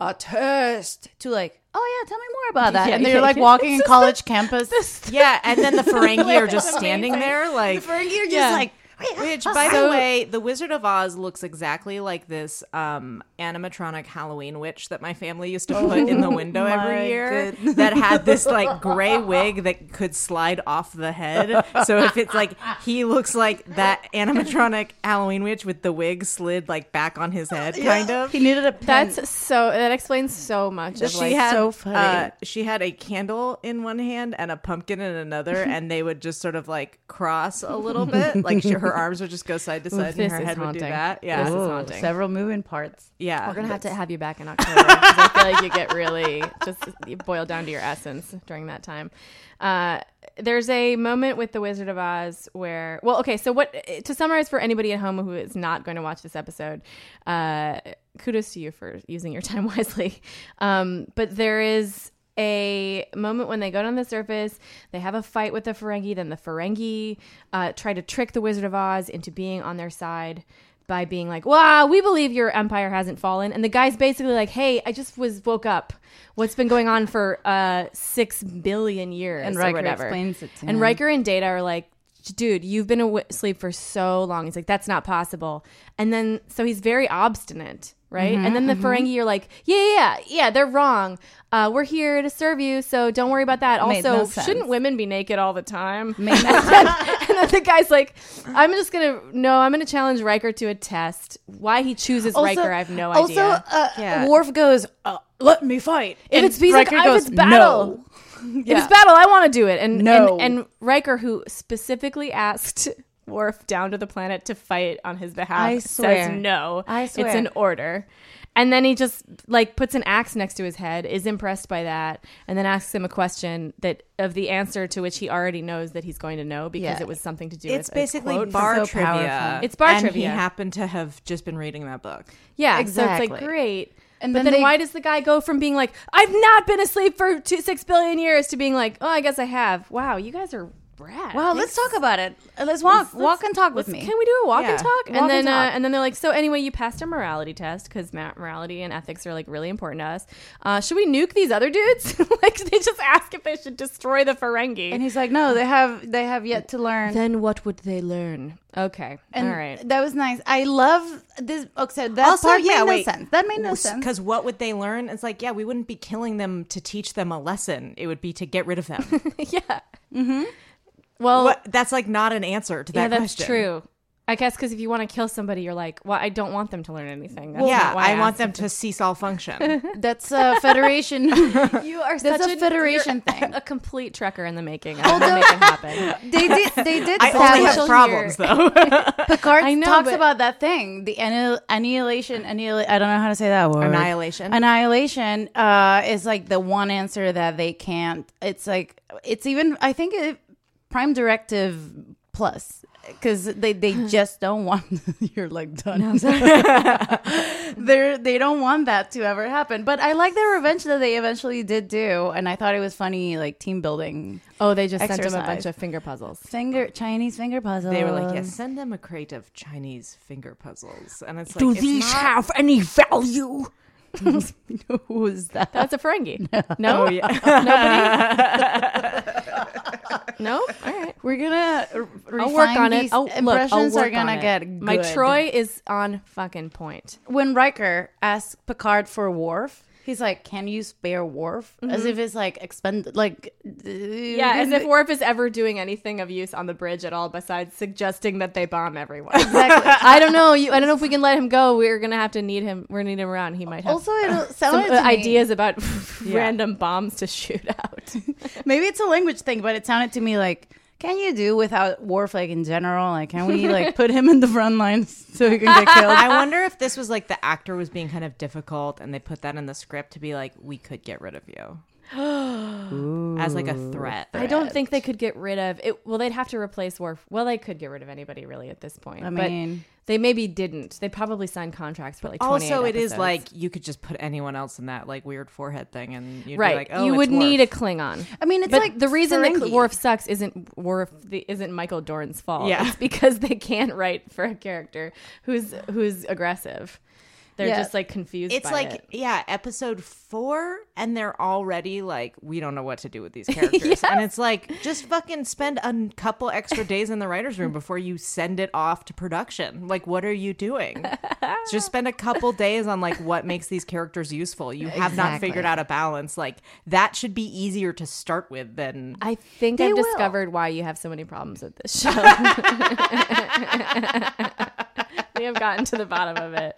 [SPEAKER 3] a test to like oh yeah tell me more about that
[SPEAKER 1] Yeah,
[SPEAKER 3] and they're
[SPEAKER 1] yeah,
[SPEAKER 3] like
[SPEAKER 1] yeah.
[SPEAKER 3] walking in
[SPEAKER 1] This is
[SPEAKER 3] college campus
[SPEAKER 4] Yeah, and then the Ferengi are just standing there, like
[SPEAKER 3] the Ferengi are just
[SPEAKER 4] Yeah.
[SPEAKER 3] like
[SPEAKER 4] Which, by the way, the Wizard of Oz looks exactly like this um, animatronic Halloween witch that my family used to put in the window
[SPEAKER 3] Oh My
[SPEAKER 4] every year.
[SPEAKER 3] goodness.
[SPEAKER 4] That had this like gray wig that could slide off the head. So if it's like he looks like that animatronic Halloween witch with the wig slid like back on his head, kind of.
[SPEAKER 3] he needed a pen.
[SPEAKER 1] That's so. That explains so much. Of
[SPEAKER 4] She
[SPEAKER 1] like,
[SPEAKER 4] had
[SPEAKER 3] so funny.
[SPEAKER 4] uh, she had a candle in one hand and a pumpkin in another, and they would just sort of like cross a little bit, like she, her arms would just go side to
[SPEAKER 1] Ooh,
[SPEAKER 4] side,
[SPEAKER 1] this
[SPEAKER 4] and her
[SPEAKER 1] is
[SPEAKER 4] head would do
[SPEAKER 1] haunting.
[SPEAKER 4] that. Yeah,
[SPEAKER 1] This is
[SPEAKER 4] Ooh.
[SPEAKER 1] haunting.
[SPEAKER 3] several moving parts
[SPEAKER 4] yeah.
[SPEAKER 1] We're gonna have to have you back in October. 'cause I feel like you get really just you boil down to your essence during that time. Uh, there's a moment with the Wizard of Oz where, well, okay, so what? To summarize for anybody at home who is not going to watch this episode, uh, kudos to you for using your time wisely. Um, but there is a moment when they go down the surface, they have a fight with the Ferengi. Then the Ferengi uh, try to trick the Wizard of Oz into being on their side by being like, "Wow, we believe your empire hasn't fallen." And the guy's basically like, "Hey, I just was woke up. What's been going on for uh six billion years
[SPEAKER 3] And
[SPEAKER 1] or
[SPEAKER 3] Riker
[SPEAKER 1] whatever?"
[SPEAKER 3] explains it to
[SPEAKER 1] and
[SPEAKER 3] him.
[SPEAKER 1] Riker and Data are like. Dude, you've been awa- asleep for so long. He's like, that's not possible. And then, so he's very obstinate, right?
[SPEAKER 3] Mm-hmm,
[SPEAKER 1] and then the Ferengi are like, yeah, yeah, yeah, yeah, they're wrong. Uh, we're here to serve you, so don't worry about that.
[SPEAKER 3] Made
[SPEAKER 1] Also,
[SPEAKER 3] no sense.
[SPEAKER 1] shouldn't women be naked all the time?
[SPEAKER 3] Made no
[SPEAKER 1] and then the guy's like, I'm just gonna no, I'm gonna challenge Riker to a test. Why he chooses Riker, I have no idea.
[SPEAKER 3] Also, uh,
[SPEAKER 4] Yeah.
[SPEAKER 3] Worf goes, uh, "Let me fight."
[SPEAKER 1] if
[SPEAKER 3] And
[SPEAKER 1] it's he's like,
[SPEAKER 3] Riker
[SPEAKER 1] "If
[SPEAKER 3] goes,
[SPEAKER 1] it's battle, if it's battle, I want to do it. And,
[SPEAKER 3] No.
[SPEAKER 1] and and Riker, who specifically asked Worf down to the planet to fight on his behalf,
[SPEAKER 3] I swear.
[SPEAKER 1] says no.
[SPEAKER 3] I swear.
[SPEAKER 1] it's an order. And then he just like puts an axe next to his head, is impressed by that, and then asks him a question that of the answer to which he already knows that he's going to know because
[SPEAKER 3] Yeah.
[SPEAKER 1] it was something to do
[SPEAKER 4] It's
[SPEAKER 1] with a
[SPEAKER 4] basically
[SPEAKER 1] quote.
[SPEAKER 4] bar
[SPEAKER 3] So
[SPEAKER 4] trivia.
[SPEAKER 3] powerful.
[SPEAKER 1] It's bar
[SPEAKER 4] and He
[SPEAKER 1] trivia.
[SPEAKER 4] happened to have just been reading that book.
[SPEAKER 1] Yeah, So it's
[SPEAKER 3] Exactly.
[SPEAKER 1] like great.
[SPEAKER 3] And
[SPEAKER 1] but
[SPEAKER 3] then
[SPEAKER 1] then,
[SPEAKER 3] they-
[SPEAKER 1] why does the guy go from being like, I've not been asleep for two, six billion years to being like, oh, I guess I have. Wow, you guys are rad.
[SPEAKER 3] Wow, let's talk about it. Uh, Let's walk, walk and talk with
[SPEAKER 1] Let's-
[SPEAKER 3] me.
[SPEAKER 1] Can we do a walk
[SPEAKER 4] Yeah.
[SPEAKER 1] and talk?
[SPEAKER 3] Walk
[SPEAKER 1] and then
[SPEAKER 3] and talk.
[SPEAKER 1] Uh, and then they're like, so anyway, you passed a morality test because morality and ethics are like really important to us. Uh, should we nuke these other dudes? like they just ask if they should destroy the Ferengi.
[SPEAKER 3] and he's like, "No, they have, they have yet to learn."
[SPEAKER 1] then what would they learn? Okay,
[SPEAKER 3] and
[SPEAKER 1] all right.
[SPEAKER 3] that was nice. I love this. Okay, that
[SPEAKER 4] Also,
[SPEAKER 3] part
[SPEAKER 4] yeah,
[SPEAKER 3] made
[SPEAKER 4] wait.
[SPEAKER 3] no sense. That made no sense.
[SPEAKER 4] Because what would they learn? It's like, yeah, we wouldn't be killing them to teach them a lesson. It would be to get rid of them.
[SPEAKER 1] yeah. Mm-hmm. Well,
[SPEAKER 4] What- that's like not an answer to that
[SPEAKER 1] yeah, that's
[SPEAKER 4] question.
[SPEAKER 1] true. I guess because if you want to kill somebody, you're like, well, I don't want them to learn anything. That's
[SPEAKER 4] yeah,
[SPEAKER 1] not why
[SPEAKER 4] I, want
[SPEAKER 1] asked
[SPEAKER 4] them
[SPEAKER 1] if
[SPEAKER 4] to cease all function.
[SPEAKER 3] That's a federation.
[SPEAKER 1] You are
[SPEAKER 3] That's
[SPEAKER 1] such
[SPEAKER 3] a
[SPEAKER 1] an-
[SPEAKER 3] federation
[SPEAKER 1] you're
[SPEAKER 3] thing.
[SPEAKER 1] A complete trekker in the making. I will make it happen.
[SPEAKER 3] They did. They did.
[SPEAKER 4] I only
[SPEAKER 3] establish-
[SPEAKER 4] have problems though.
[SPEAKER 3] Picard
[SPEAKER 1] I know,
[SPEAKER 3] talks
[SPEAKER 1] but-
[SPEAKER 3] about that thing, the annihil- annihilation. Annihil- I don't know how to say that word.
[SPEAKER 4] Annihilation.
[SPEAKER 3] Annihilation uh, is like the one answer that they can't. It's like it's even. I think it, Prime Directive Plus because they they just don't want you're like done. They're they don't want that to ever happen. But I like the revenge that they eventually did do, and I thought it was funny, like team building.
[SPEAKER 1] Oh, they just sent him a
[SPEAKER 3] Exercise.
[SPEAKER 1] bunch of finger puzzles.
[SPEAKER 3] Finger Chinese finger puzzle.
[SPEAKER 4] They were like, "Yes, send them a crate of Chinese finger puzzles," and it's like, "Do these
[SPEAKER 3] have any value? Who is that?
[SPEAKER 1] That's a Ferengi. No,
[SPEAKER 3] Oh,
[SPEAKER 1] nobody. no, all right.
[SPEAKER 3] We're gonna. r-
[SPEAKER 1] I'll
[SPEAKER 3] refine
[SPEAKER 1] work on it.
[SPEAKER 3] these
[SPEAKER 1] Oh, look, I'll
[SPEAKER 3] impressions
[SPEAKER 1] work
[SPEAKER 3] are gonna
[SPEAKER 1] on it.
[SPEAKER 3] get
[SPEAKER 1] My
[SPEAKER 3] good.
[SPEAKER 1] Troy is on fucking point.
[SPEAKER 3] When Riker asks Picard for Worf, he's like, "Can you spare Worf?" As if it's like expend, like
[SPEAKER 1] Yeah,
[SPEAKER 3] Mm-hmm. yeah,
[SPEAKER 1] as if Worf is ever doing anything of use on the bridge at all, besides suggesting that they bomb everyone.
[SPEAKER 3] exactly.
[SPEAKER 1] I don't know. You, I don't know if we can let him go. We're gonna have to need him. We're gonna need him around. He might have
[SPEAKER 3] Also, it
[SPEAKER 1] some
[SPEAKER 3] sounded
[SPEAKER 1] uh,
[SPEAKER 3] to me-
[SPEAKER 1] ideas about random bombs to shoot out.
[SPEAKER 3] Maybe it's a language thing, but it sounded to me like. Can you do without Worf, like in general? Like, can we like put him in the front lines so he can get killed?
[SPEAKER 4] I wonder if this was like the actor was being kind of difficult and they put that in the script to be like, we could get rid of you. As like a threat.
[SPEAKER 1] I don't think they could get rid of it. Well, they'd have to replace Worf. Well, they could get rid of anybody really at this point. I
[SPEAKER 3] mean-
[SPEAKER 1] they maybe didn't. They probably signed contracts for like. 28
[SPEAKER 4] Also, it is
[SPEAKER 1] episodes.
[SPEAKER 4] like you could just put anyone else in that like weird forehead thing and you'd
[SPEAKER 1] right.
[SPEAKER 4] be like, oh,
[SPEAKER 1] you
[SPEAKER 4] it's
[SPEAKER 1] would need a
[SPEAKER 4] Worf.
[SPEAKER 1] Klingon.
[SPEAKER 3] I mean, it's
[SPEAKER 1] but
[SPEAKER 3] like
[SPEAKER 1] the reason that
[SPEAKER 3] Ferengi.
[SPEAKER 1] Cl- Worf sucks isn't Worf the, isn't Michael Dorn's fault.
[SPEAKER 4] Yeah.
[SPEAKER 1] it's because they can't write for a character who's who's aggressive. They're
[SPEAKER 3] Yeah.
[SPEAKER 1] just like confused.
[SPEAKER 4] It's
[SPEAKER 1] by
[SPEAKER 4] like,
[SPEAKER 1] it.
[SPEAKER 4] yeah, episode four, and they're already like, we don't know what to do with these characters. And it's like, just fucking spend a couple extra days in the writer's room before you send it off to production. Like, what are you doing? just spend a couple days on like what makes these characters useful. You have not figured out a balance. Like, that should be easier to start with than.
[SPEAKER 1] I think
[SPEAKER 3] They
[SPEAKER 1] I've
[SPEAKER 3] will.
[SPEAKER 1] discovered why you have so many problems with this show. we have gotten to the bottom of it.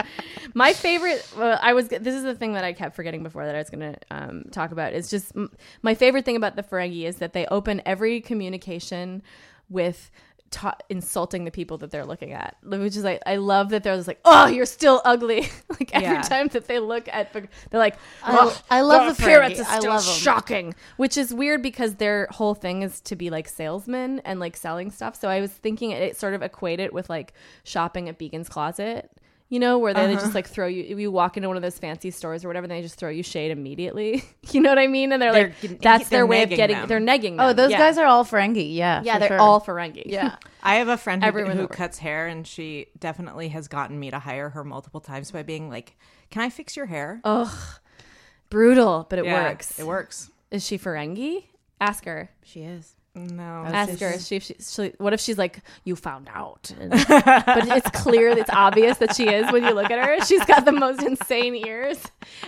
[SPEAKER 1] My favorite, well, I was. This is the thing that I kept forgetting before that I was going to um, talk about. It's just m- my favorite thing about the Ferengi is that they open every communication with. Ta- insulting the people that they're looking at, which is like I love that they're just like, oh, you're still ugly. like every
[SPEAKER 4] Yeah.
[SPEAKER 1] time that they look at, they're like,
[SPEAKER 3] I-
[SPEAKER 1] "Ugh,
[SPEAKER 3] I love
[SPEAKER 1] your
[SPEAKER 3] the
[SPEAKER 1] appearance
[SPEAKER 3] Ferengi.
[SPEAKER 1] is
[SPEAKER 3] I
[SPEAKER 1] still
[SPEAKER 3] love 'em.
[SPEAKER 1] shocking which is weird because their whole thing is to be like salesmen and like selling stuff so i was thinking it, it sort of equated with like shopping at beacon's closet you know where they
[SPEAKER 3] Uh-huh.
[SPEAKER 1] just like throw you you walk into one of those fancy stores or whatever and they just throw you shade immediately you know what i mean and they're,
[SPEAKER 4] They're g-
[SPEAKER 1] like that's
[SPEAKER 4] they're
[SPEAKER 1] their way of
[SPEAKER 4] negging
[SPEAKER 1] getting
[SPEAKER 4] them.
[SPEAKER 1] they're negging
[SPEAKER 3] Oh,
[SPEAKER 1] them.
[SPEAKER 3] those
[SPEAKER 1] Yeah.
[SPEAKER 3] guys are all Ferengi. Yeah,
[SPEAKER 1] yeah
[SPEAKER 3] for
[SPEAKER 1] they're
[SPEAKER 3] sure.
[SPEAKER 1] all ferengi
[SPEAKER 3] Yeah.
[SPEAKER 4] I have a friend who,
[SPEAKER 1] Everyone in
[SPEAKER 4] who
[SPEAKER 1] the world.
[SPEAKER 4] cuts hair, and she definitely has gotten me to hire her multiple times by being like, "Can I fix your hair?" Oh,
[SPEAKER 1] brutal but it works
[SPEAKER 4] It works.
[SPEAKER 1] is she ferengi ask her
[SPEAKER 3] She is.
[SPEAKER 4] No,
[SPEAKER 1] ask her if she, if she, she what if she's like you found out And- but it's clear it's obvious that she is when you look at her she's got the most insane ears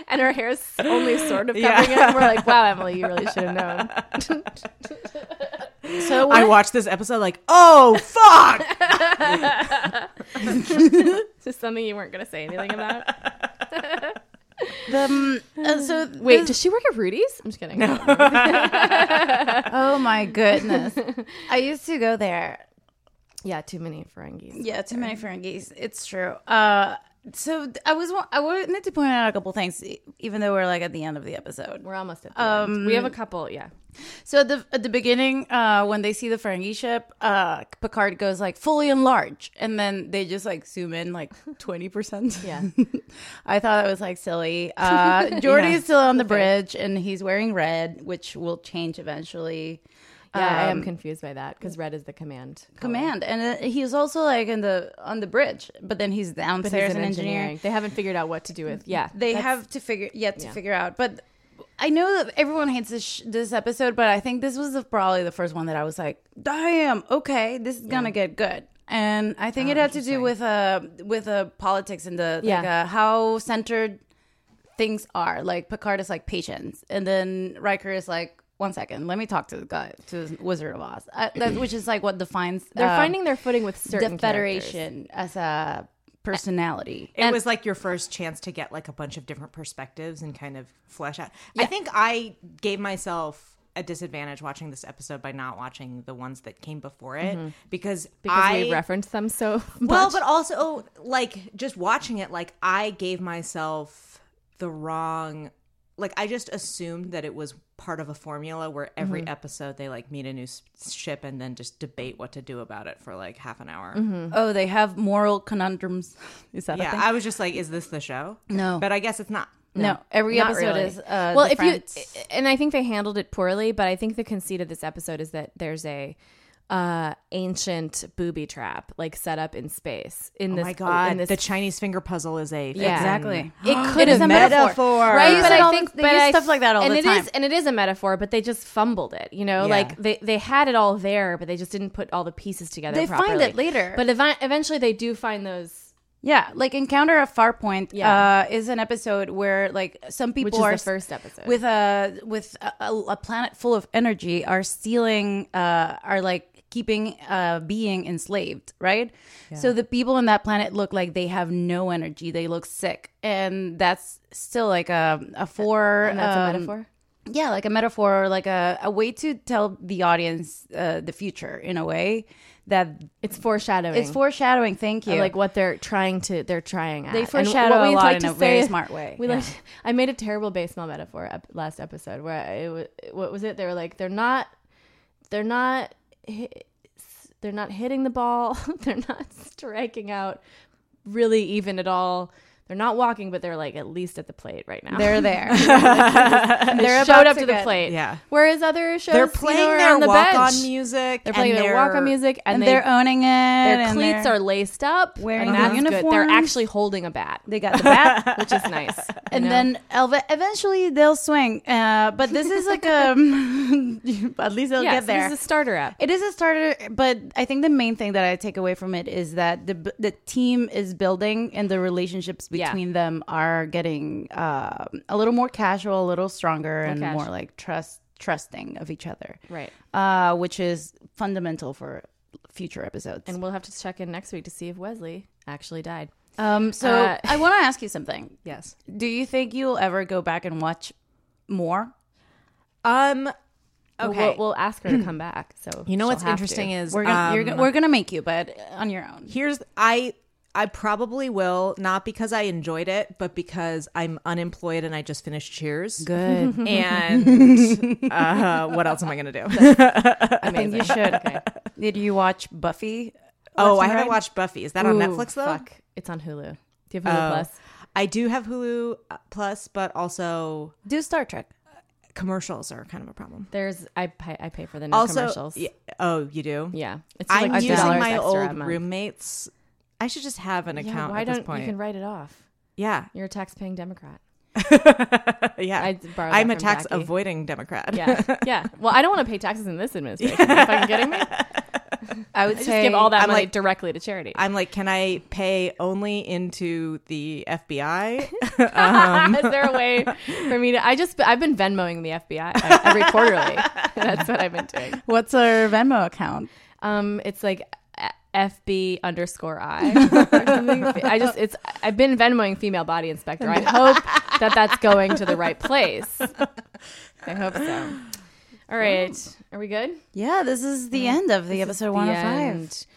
[SPEAKER 1] and her hair's only sort of covering it we're like wow emily you really should have known
[SPEAKER 3] So
[SPEAKER 4] I watched this episode like, oh fuck!
[SPEAKER 1] is this something you weren't going to say anything about
[SPEAKER 3] the um, uh, so
[SPEAKER 1] wait
[SPEAKER 3] this-
[SPEAKER 1] does she work at rudy's i'm just kidding
[SPEAKER 3] oh my goodness, I used to go there.
[SPEAKER 1] yeah too many ferengis
[SPEAKER 3] Yeah, too many Ferengis. It's true. Uh, so th- I was wa- I wanted to point out a couple things, e- even though we're like at the end of the episode.
[SPEAKER 1] we're almost at the end. we have a couple yeah
[SPEAKER 3] So at the at the beginning, uh, when they see the Ferengi ship, uh, Picard goes like fully enlarge, and then they just like zoom in like twenty percent.
[SPEAKER 1] Yeah.
[SPEAKER 3] I thought that was like silly. Uh, Jordy is still on the bridge, and he's wearing red, which will change eventually.
[SPEAKER 1] yeah i am confused by that because red is the command color.
[SPEAKER 3] Command, and uh, he's also like in the on the bridge, but then he's
[SPEAKER 1] but
[SPEAKER 3] downstairs
[SPEAKER 1] there's an
[SPEAKER 3] in
[SPEAKER 1] engineering
[SPEAKER 3] engineering.
[SPEAKER 1] they haven't figured out what to do with yeah
[SPEAKER 3] They
[SPEAKER 1] that's-
[SPEAKER 3] have to figure yet to figure out, but. I know that everyone hates this sh- this episode, but I think this was the, probably the first one that I was like, "Damn, okay, this is gonna get good." And I think it had to do with uh with uh, politics and the like,
[SPEAKER 1] Oh, Yeah.
[SPEAKER 3] uh, how centered things are. Like Picard is like patience, and then Riker is like one second, let me talk to the guy, to the Wizard of Oz, uh, that, which is like what defines.
[SPEAKER 1] They're
[SPEAKER 3] uh,
[SPEAKER 1] finding their footing with certain
[SPEAKER 3] the Federation as a personality.
[SPEAKER 4] It was like your first chance to get like a bunch of different perspectives and kind of flesh out. I
[SPEAKER 3] Yeah.
[SPEAKER 4] think I gave myself a disadvantage watching this episode by not watching the ones that came before it because,
[SPEAKER 1] Mm-hmm. because
[SPEAKER 4] I
[SPEAKER 1] we referenced them so much.
[SPEAKER 4] well, but also oh, like just watching it, like I gave myself the wrong. Like I just assumed that it was part of a formula where every
[SPEAKER 1] Mm-hmm.
[SPEAKER 4] episode they like meet a new s- ship and then just debate what to do about it for like half an hour.
[SPEAKER 1] Mm-hmm.
[SPEAKER 3] oh, they have moral conundrums. Is that a
[SPEAKER 4] Yeah,
[SPEAKER 3] thing?
[SPEAKER 4] I was just like, is this the show?
[SPEAKER 3] No.
[SPEAKER 4] but I guess it's not.
[SPEAKER 3] no, every
[SPEAKER 1] Not
[SPEAKER 3] episode
[SPEAKER 1] really.
[SPEAKER 3] is. Uh,
[SPEAKER 1] well,
[SPEAKER 3] the
[SPEAKER 1] if
[SPEAKER 3] friends-
[SPEAKER 1] you and I think they handled it poorly, but I think the conceit of this episode is that there's a uh ancient booby trap like set up in space in
[SPEAKER 4] Oh
[SPEAKER 1] this
[SPEAKER 4] my god,
[SPEAKER 1] in this
[SPEAKER 4] the Chinese finger puzzle is a
[SPEAKER 1] Yeah.
[SPEAKER 3] exactly.
[SPEAKER 1] It could
[SPEAKER 3] is
[SPEAKER 1] have
[SPEAKER 3] a
[SPEAKER 1] been-
[SPEAKER 3] metaphor. They
[SPEAKER 1] right?
[SPEAKER 3] use
[SPEAKER 1] But
[SPEAKER 3] it
[SPEAKER 1] I
[SPEAKER 3] all
[SPEAKER 1] think
[SPEAKER 3] the- they
[SPEAKER 1] but
[SPEAKER 3] use
[SPEAKER 1] I-
[SPEAKER 3] stuff like that all
[SPEAKER 1] and
[SPEAKER 3] the
[SPEAKER 1] it
[SPEAKER 3] time.
[SPEAKER 1] is- and it is a metaphor, but they just fumbled it. You know,
[SPEAKER 4] Yeah.
[SPEAKER 1] like they they had it all there, but they just didn't put all the pieces together.
[SPEAKER 3] They find
[SPEAKER 1] properly.
[SPEAKER 3] it later.
[SPEAKER 1] but evi- eventually they do find those.
[SPEAKER 3] Yeah, like Encounter at Farpoint
[SPEAKER 1] Yeah.
[SPEAKER 3] uh, is an episode where like some people
[SPEAKER 1] is
[SPEAKER 3] are
[SPEAKER 1] the first episode.
[SPEAKER 3] with a with a, a, a planet full of energy are stealing uh, are like keeping uh, being enslaved, right? So the people on that planet look like they have no energy; they look sick, and that's still like a a four.
[SPEAKER 1] And that's a
[SPEAKER 3] um,
[SPEAKER 1] metaphor.
[SPEAKER 3] yeah like a metaphor or like a, a way to tell the audience uh, the future in a way that
[SPEAKER 1] It's foreshadowing. Uh,
[SPEAKER 3] it's foreshadowing thank you
[SPEAKER 1] Like what they're trying to, they're trying at.
[SPEAKER 3] They
[SPEAKER 1] And
[SPEAKER 3] foreshadow
[SPEAKER 1] what we
[SPEAKER 3] a lot
[SPEAKER 1] like
[SPEAKER 3] in
[SPEAKER 1] to
[SPEAKER 3] a very
[SPEAKER 1] say-
[SPEAKER 3] smart way,
[SPEAKER 1] We
[SPEAKER 3] yeah.
[SPEAKER 1] like, I made a terrible base mail metaphor ep- last episode where I, it wa- what was it? They were like, they're not, they're not, hi- they're not hitting the ball. they're not striking out really even at all. They're not walking, but they're like at least at the plate right now.
[SPEAKER 3] they're there they're
[SPEAKER 1] showed
[SPEAKER 3] about
[SPEAKER 1] up to, the
[SPEAKER 3] get-
[SPEAKER 1] plate.
[SPEAKER 4] Yeah.
[SPEAKER 1] Whereas other shows,
[SPEAKER 4] They're
[SPEAKER 1] you know,
[SPEAKER 4] playing
[SPEAKER 1] are
[SPEAKER 4] their
[SPEAKER 1] on the
[SPEAKER 4] walk
[SPEAKER 1] bench.
[SPEAKER 4] on music.
[SPEAKER 1] They're playing
[SPEAKER 4] and
[SPEAKER 1] their walk on music,
[SPEAKER 3] and,
[SPEAKER 1] and, they
[SPEAKER 3] they're owning it
[SPEAKER 1] their
[SPEAKER 3] and
[SPEAKER 1] cleats
[SPEAKER 3] they're-
[SPEAKER 1] are laced up.
[SPEAKER 3] wearing
[SPEAKER 1] and
[SPEAKER 3] their
[SPEAKER 1] that's good. They're
[SPEAKER 3] uniforms.
[SPEAKER 1] actually holding a bat,
[SPEAKER 3] they got the bat
[SPEAKER 1] which is nice.
[SPEAKER 3] and then elva eventually they'll swing uh, but this is like um at least they'll
[SPEAKER 1] yeah,
[SPEAKER 3] get there
[SPEAKER 1] this is a starter app.
[SPEAKER 3] It is a starter, but I think the main thing that I take away from it is that the the team is building and the relationships
[SPEAKER 1] Yeah.
[SPEAKER 3] between them are getting uh, a little more casual, a little stronger, and
[SPEAKER 1] cash.
[SPEAKER 3] more like trust trusting of each other.
[SPEAKER 1] Right.
[SPEAKER 3] Uh, which is fundamental for future episodes.
[SPEAKER 1] And we'll have to check in next week to see if Wesley actually died.
[SPEAKER 3] um, so
[SPEAKER 1] uh,
[SPEAKER 3] I want to ask you something.
[SPEAKER 4] Yes.
[SPEAKER 3] Do you think you'll ever go back and watch more?
[SPEAKER 4] Um.
[SPEAKER 1] We'll-
[SPEAKER 4] Okay.
[SPEAKER 1] We'll, we'll ask her to come back. So
[SPEAKER 4] you know
[SPEAKER 1] she'll
[SPEAKER 4] what's
[SPEAKER 1] have to.
[SPEAKER 4] interesting is
[SPEAKER 3] We're gonna, you're
[SPEAKER 4] um,
[SPEAKER 3] gonna, we're gonna make you, but on your own.
[SPEAKER 4] here's I I probably will not because I enjoyed it, but because I'm unemployed and I just finished Cheers.
[SPEAKER 3] Good.
[SPEAKER 4] And uh, what else am I gonna do?
[SPEAKER 3] I think you should. Did you watch Buffy?
[SPEAKER 4] oh,
[SPEAKER 3] Left
[SPEAKER 4] I
[SPEAKER 3] and
[SPEAKER 4] haven't
[SPEAKER 3] right?
[SPEAKER 4] watched Buffy. Is that on
[SPEAKER 1] Ooh,
[SPEAKER 4] Netflix though?
[SPEAKER 1] Fuck. It's on Hulu. Do you have Hulu
[SPEAKER 4] Oh.
[SPEAKER 1] Plus?
[SPEAKER 4] I do have Hulu uh, Plus, but also
[SPEAKER 3] Do Star Trek.
[SPEAKER 4] commercials are kind of a problem.
[SPEAKER 1] There's I pay, I pay for the no
[SPEAKER 4] also,
[SPEAKER 1] commercials.
[SPEAKER 4] y- oh, you do?
[SPEAKER 1] Yeah. It's
[SPEAKER 4] I'm
[SPEAKER 1] like
[SPEAKER 4] using
[SPEAKER 1] $2
[SPEAKER 4] my
[SPEAKER 1] extra a
[SPEAKER 4] old
[SPEAKER 1] month.
[SPEAKER 4] roommate's. I should just have an
[SPEAKER 1] Yeah,
[SPEAKER 4] account
[SPEAKER 1] why
[SPEAKER 4] at this
[SPEAKER 1] don't
[SPEAKER 4] point.
[SPEAKER 1] you can write it off?
[SPEAKER 4] yeah,
[SPEAKER 1] You're a tax-paying Democrat.
[SPEAKER 4] yeah.
[SPEAKER 1] I'd borrow that
[SPEAKER 4] I'm a
[SPEAKER 1] from
[SPEAKER 4] tax
[SPEAKER 1] Jackie.
[SPEAKER 4] avoiding Democrat.
[SPEAKER 1] Yeah, yeah. Well, I don't want to pay taxes in this administration. Are you fucking kidding me?
[SPEAKER 3] I would
[SPEAKER 1] I just
[SPEAKER 3] say
[SPEAKER 1] give all that
[SPEAKER 4] I'm
[SPEAKER 1] money
[SPEAKER 4] like-
[SPEAKER 1] directly to charity.
[SPEAKER 4] I'm like, can I pay only into the FBI?
[SPEAKER 1] Is there a way for me to? I just I've been Venmoing the FBI uh, every quarterly. That's what I've been doing.
[SPEAKER 3] What's our Venmo account?
[SPEAKER 1] Um, it's like a- FB underscore I. or something. I just it's I've been Venmoing female body inspector. I hope that that's going to the right place. I hope so. All right, are we good?
[SPEAKER 3] Yeah, this is the end of the episode
[SPEAKER 1] the
[SPEAKER 3] 105.
[SPEAKER 1] end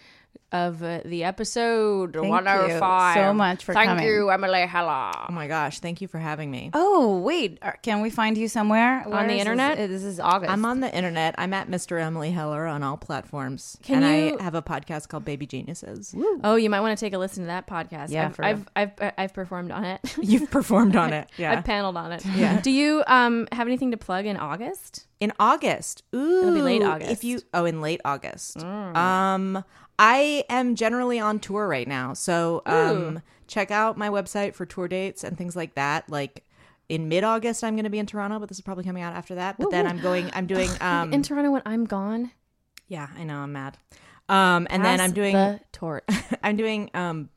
[SPEAKER 1] of uh, the episode
[SPEAKER 3] you
[SPEAKER 1] 105.
[SPEAKER 3] so much for
[SPEAKER 1] Thank
[SPEAKER 3] coming.
[SPEAKER 1] you, Emily Hella.
[SPEAKER 4] oh my gosh, thank you for having me.
[SPEAKER 3] Oh, wait. Are- Can we find you somewhere? Where
[SPEAKER 1] the
[SPEAKER 3] is
[SPEAKER 1] internet?
[SPEAKER 3] This, this is August.
[SPEAKER 4] I'm on the internet. I'm at Mr. Emily Heller on all platforms.
[SPEAKER 1] Can
[SPEAKER 4] and
[SPEAKER 1] you-
[SPEAKER 4] I have a podcast called Baby Geniuses.
[SPEAKER 1] Oh, you might want to take a listen to that podcast.
[SPEAKER 3] Yeah,
[SPEAKER 1] I've,
[SPEAKER 3] for
[SPEAKER 1] I've, I've uh, I've performed on it.
[SPEAKER 4] You've performed on it.
[SPEAKER 1] I've paneled on it. Yeah. Do you um have anything to plug in August?
[SPEAKER 4] in August. Ooh,
[SPEAKER 1] be late August. Mm.
[SPEAKER 4] If you oh, in late August. Um, I am generally on tour right now, so um, check out my website for tour dates and things like that. Like in mid August, I'm going to be in Toronto, but this is probably coming out after that. But then I'm going. I'm doing. Um,
[SPEAKER 1] in Toronto when I'm gone.
[SPEAKER 4] yeah, I know I'm mad. Um, and then
[SPEAKER 1] Pass
[SPEAKER 4] I'm doing.
[SPEAKER 1] the torch.
[SPEAKER 4] I'm doing. Um,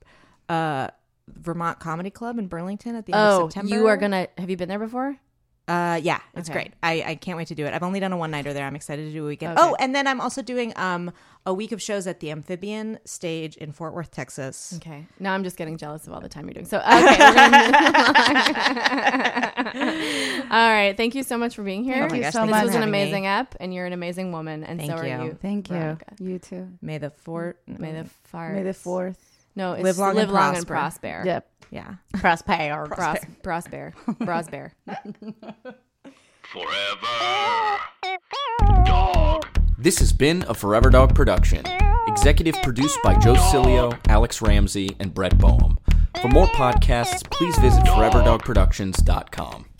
[SPEAKER 4] uh, Vermont Comedy Club in Burlington at the end of
[SPEAKER 1] oh,
[SPEAKER 4] September.
[SPEAKER 1] you are gonna. Have you been there before?
[SPEAKER 4] Uh, yeah, it's
[SPEAKER 3] Okay.
[SPEAKER 4] great. I, I can't wait to do it. I've only done a one nighter there. I'm excited to do a weekend.
[SPEAKER 3] Okay.
[SPEAKER 4] Oh, and then I'm also doing um a week of shows at the Amphibian Stage in Fort Worth, Texas.
[SPEAKER 1] Okay. Now I'm just getting jealous of all the time you're doing. So, okay. we're gonna- all right. Thank you so much for being here.
[SPEAKER 3] Thank Oh my you gosh, so thank you
[SPEAKER 1] This
[SPEAKER 3] much.
[SPEAKER 1] was
[SPEAKER 3] for
[SPEAKER 1] an
[SPEAKER 3] having me.
[SPEAKER 1] amazing app, and you're an amazing woman, and
[SPEAKER 4] Thank
[SPEAKER 1] so are
[SPEAKER 4] you.
[SPEAKER 1] you.
[SPEAKER 3] Thank you.
[SPEAKER 1] Veronica.
[SPEAKER 3] You too.
[SPEAKER 4] May the fort
[SPEAKER 1] May the fart.
[SPEAKER 3] May the fourth.
[SPEAKER 1] No, it's
[SPEAKER 4] Live long and
[SPEAKER 1] live long and
[SPEAKER 4] prosper.
[SPEAKER 1] prosper.
[SPEAKER 3] Yep.
[SPEAKER 4] yeah.
[SPEAKER 3] Prosper.
[SPEAKER 1] Bros, prosper. Prosper.
[SPEAKER 2] This has been a Forever Dog production. Executive produced by Joe Cilio, Alex Ramsey, and Brett Boehm. For more podcasts, please visit foreverdogproductions.com.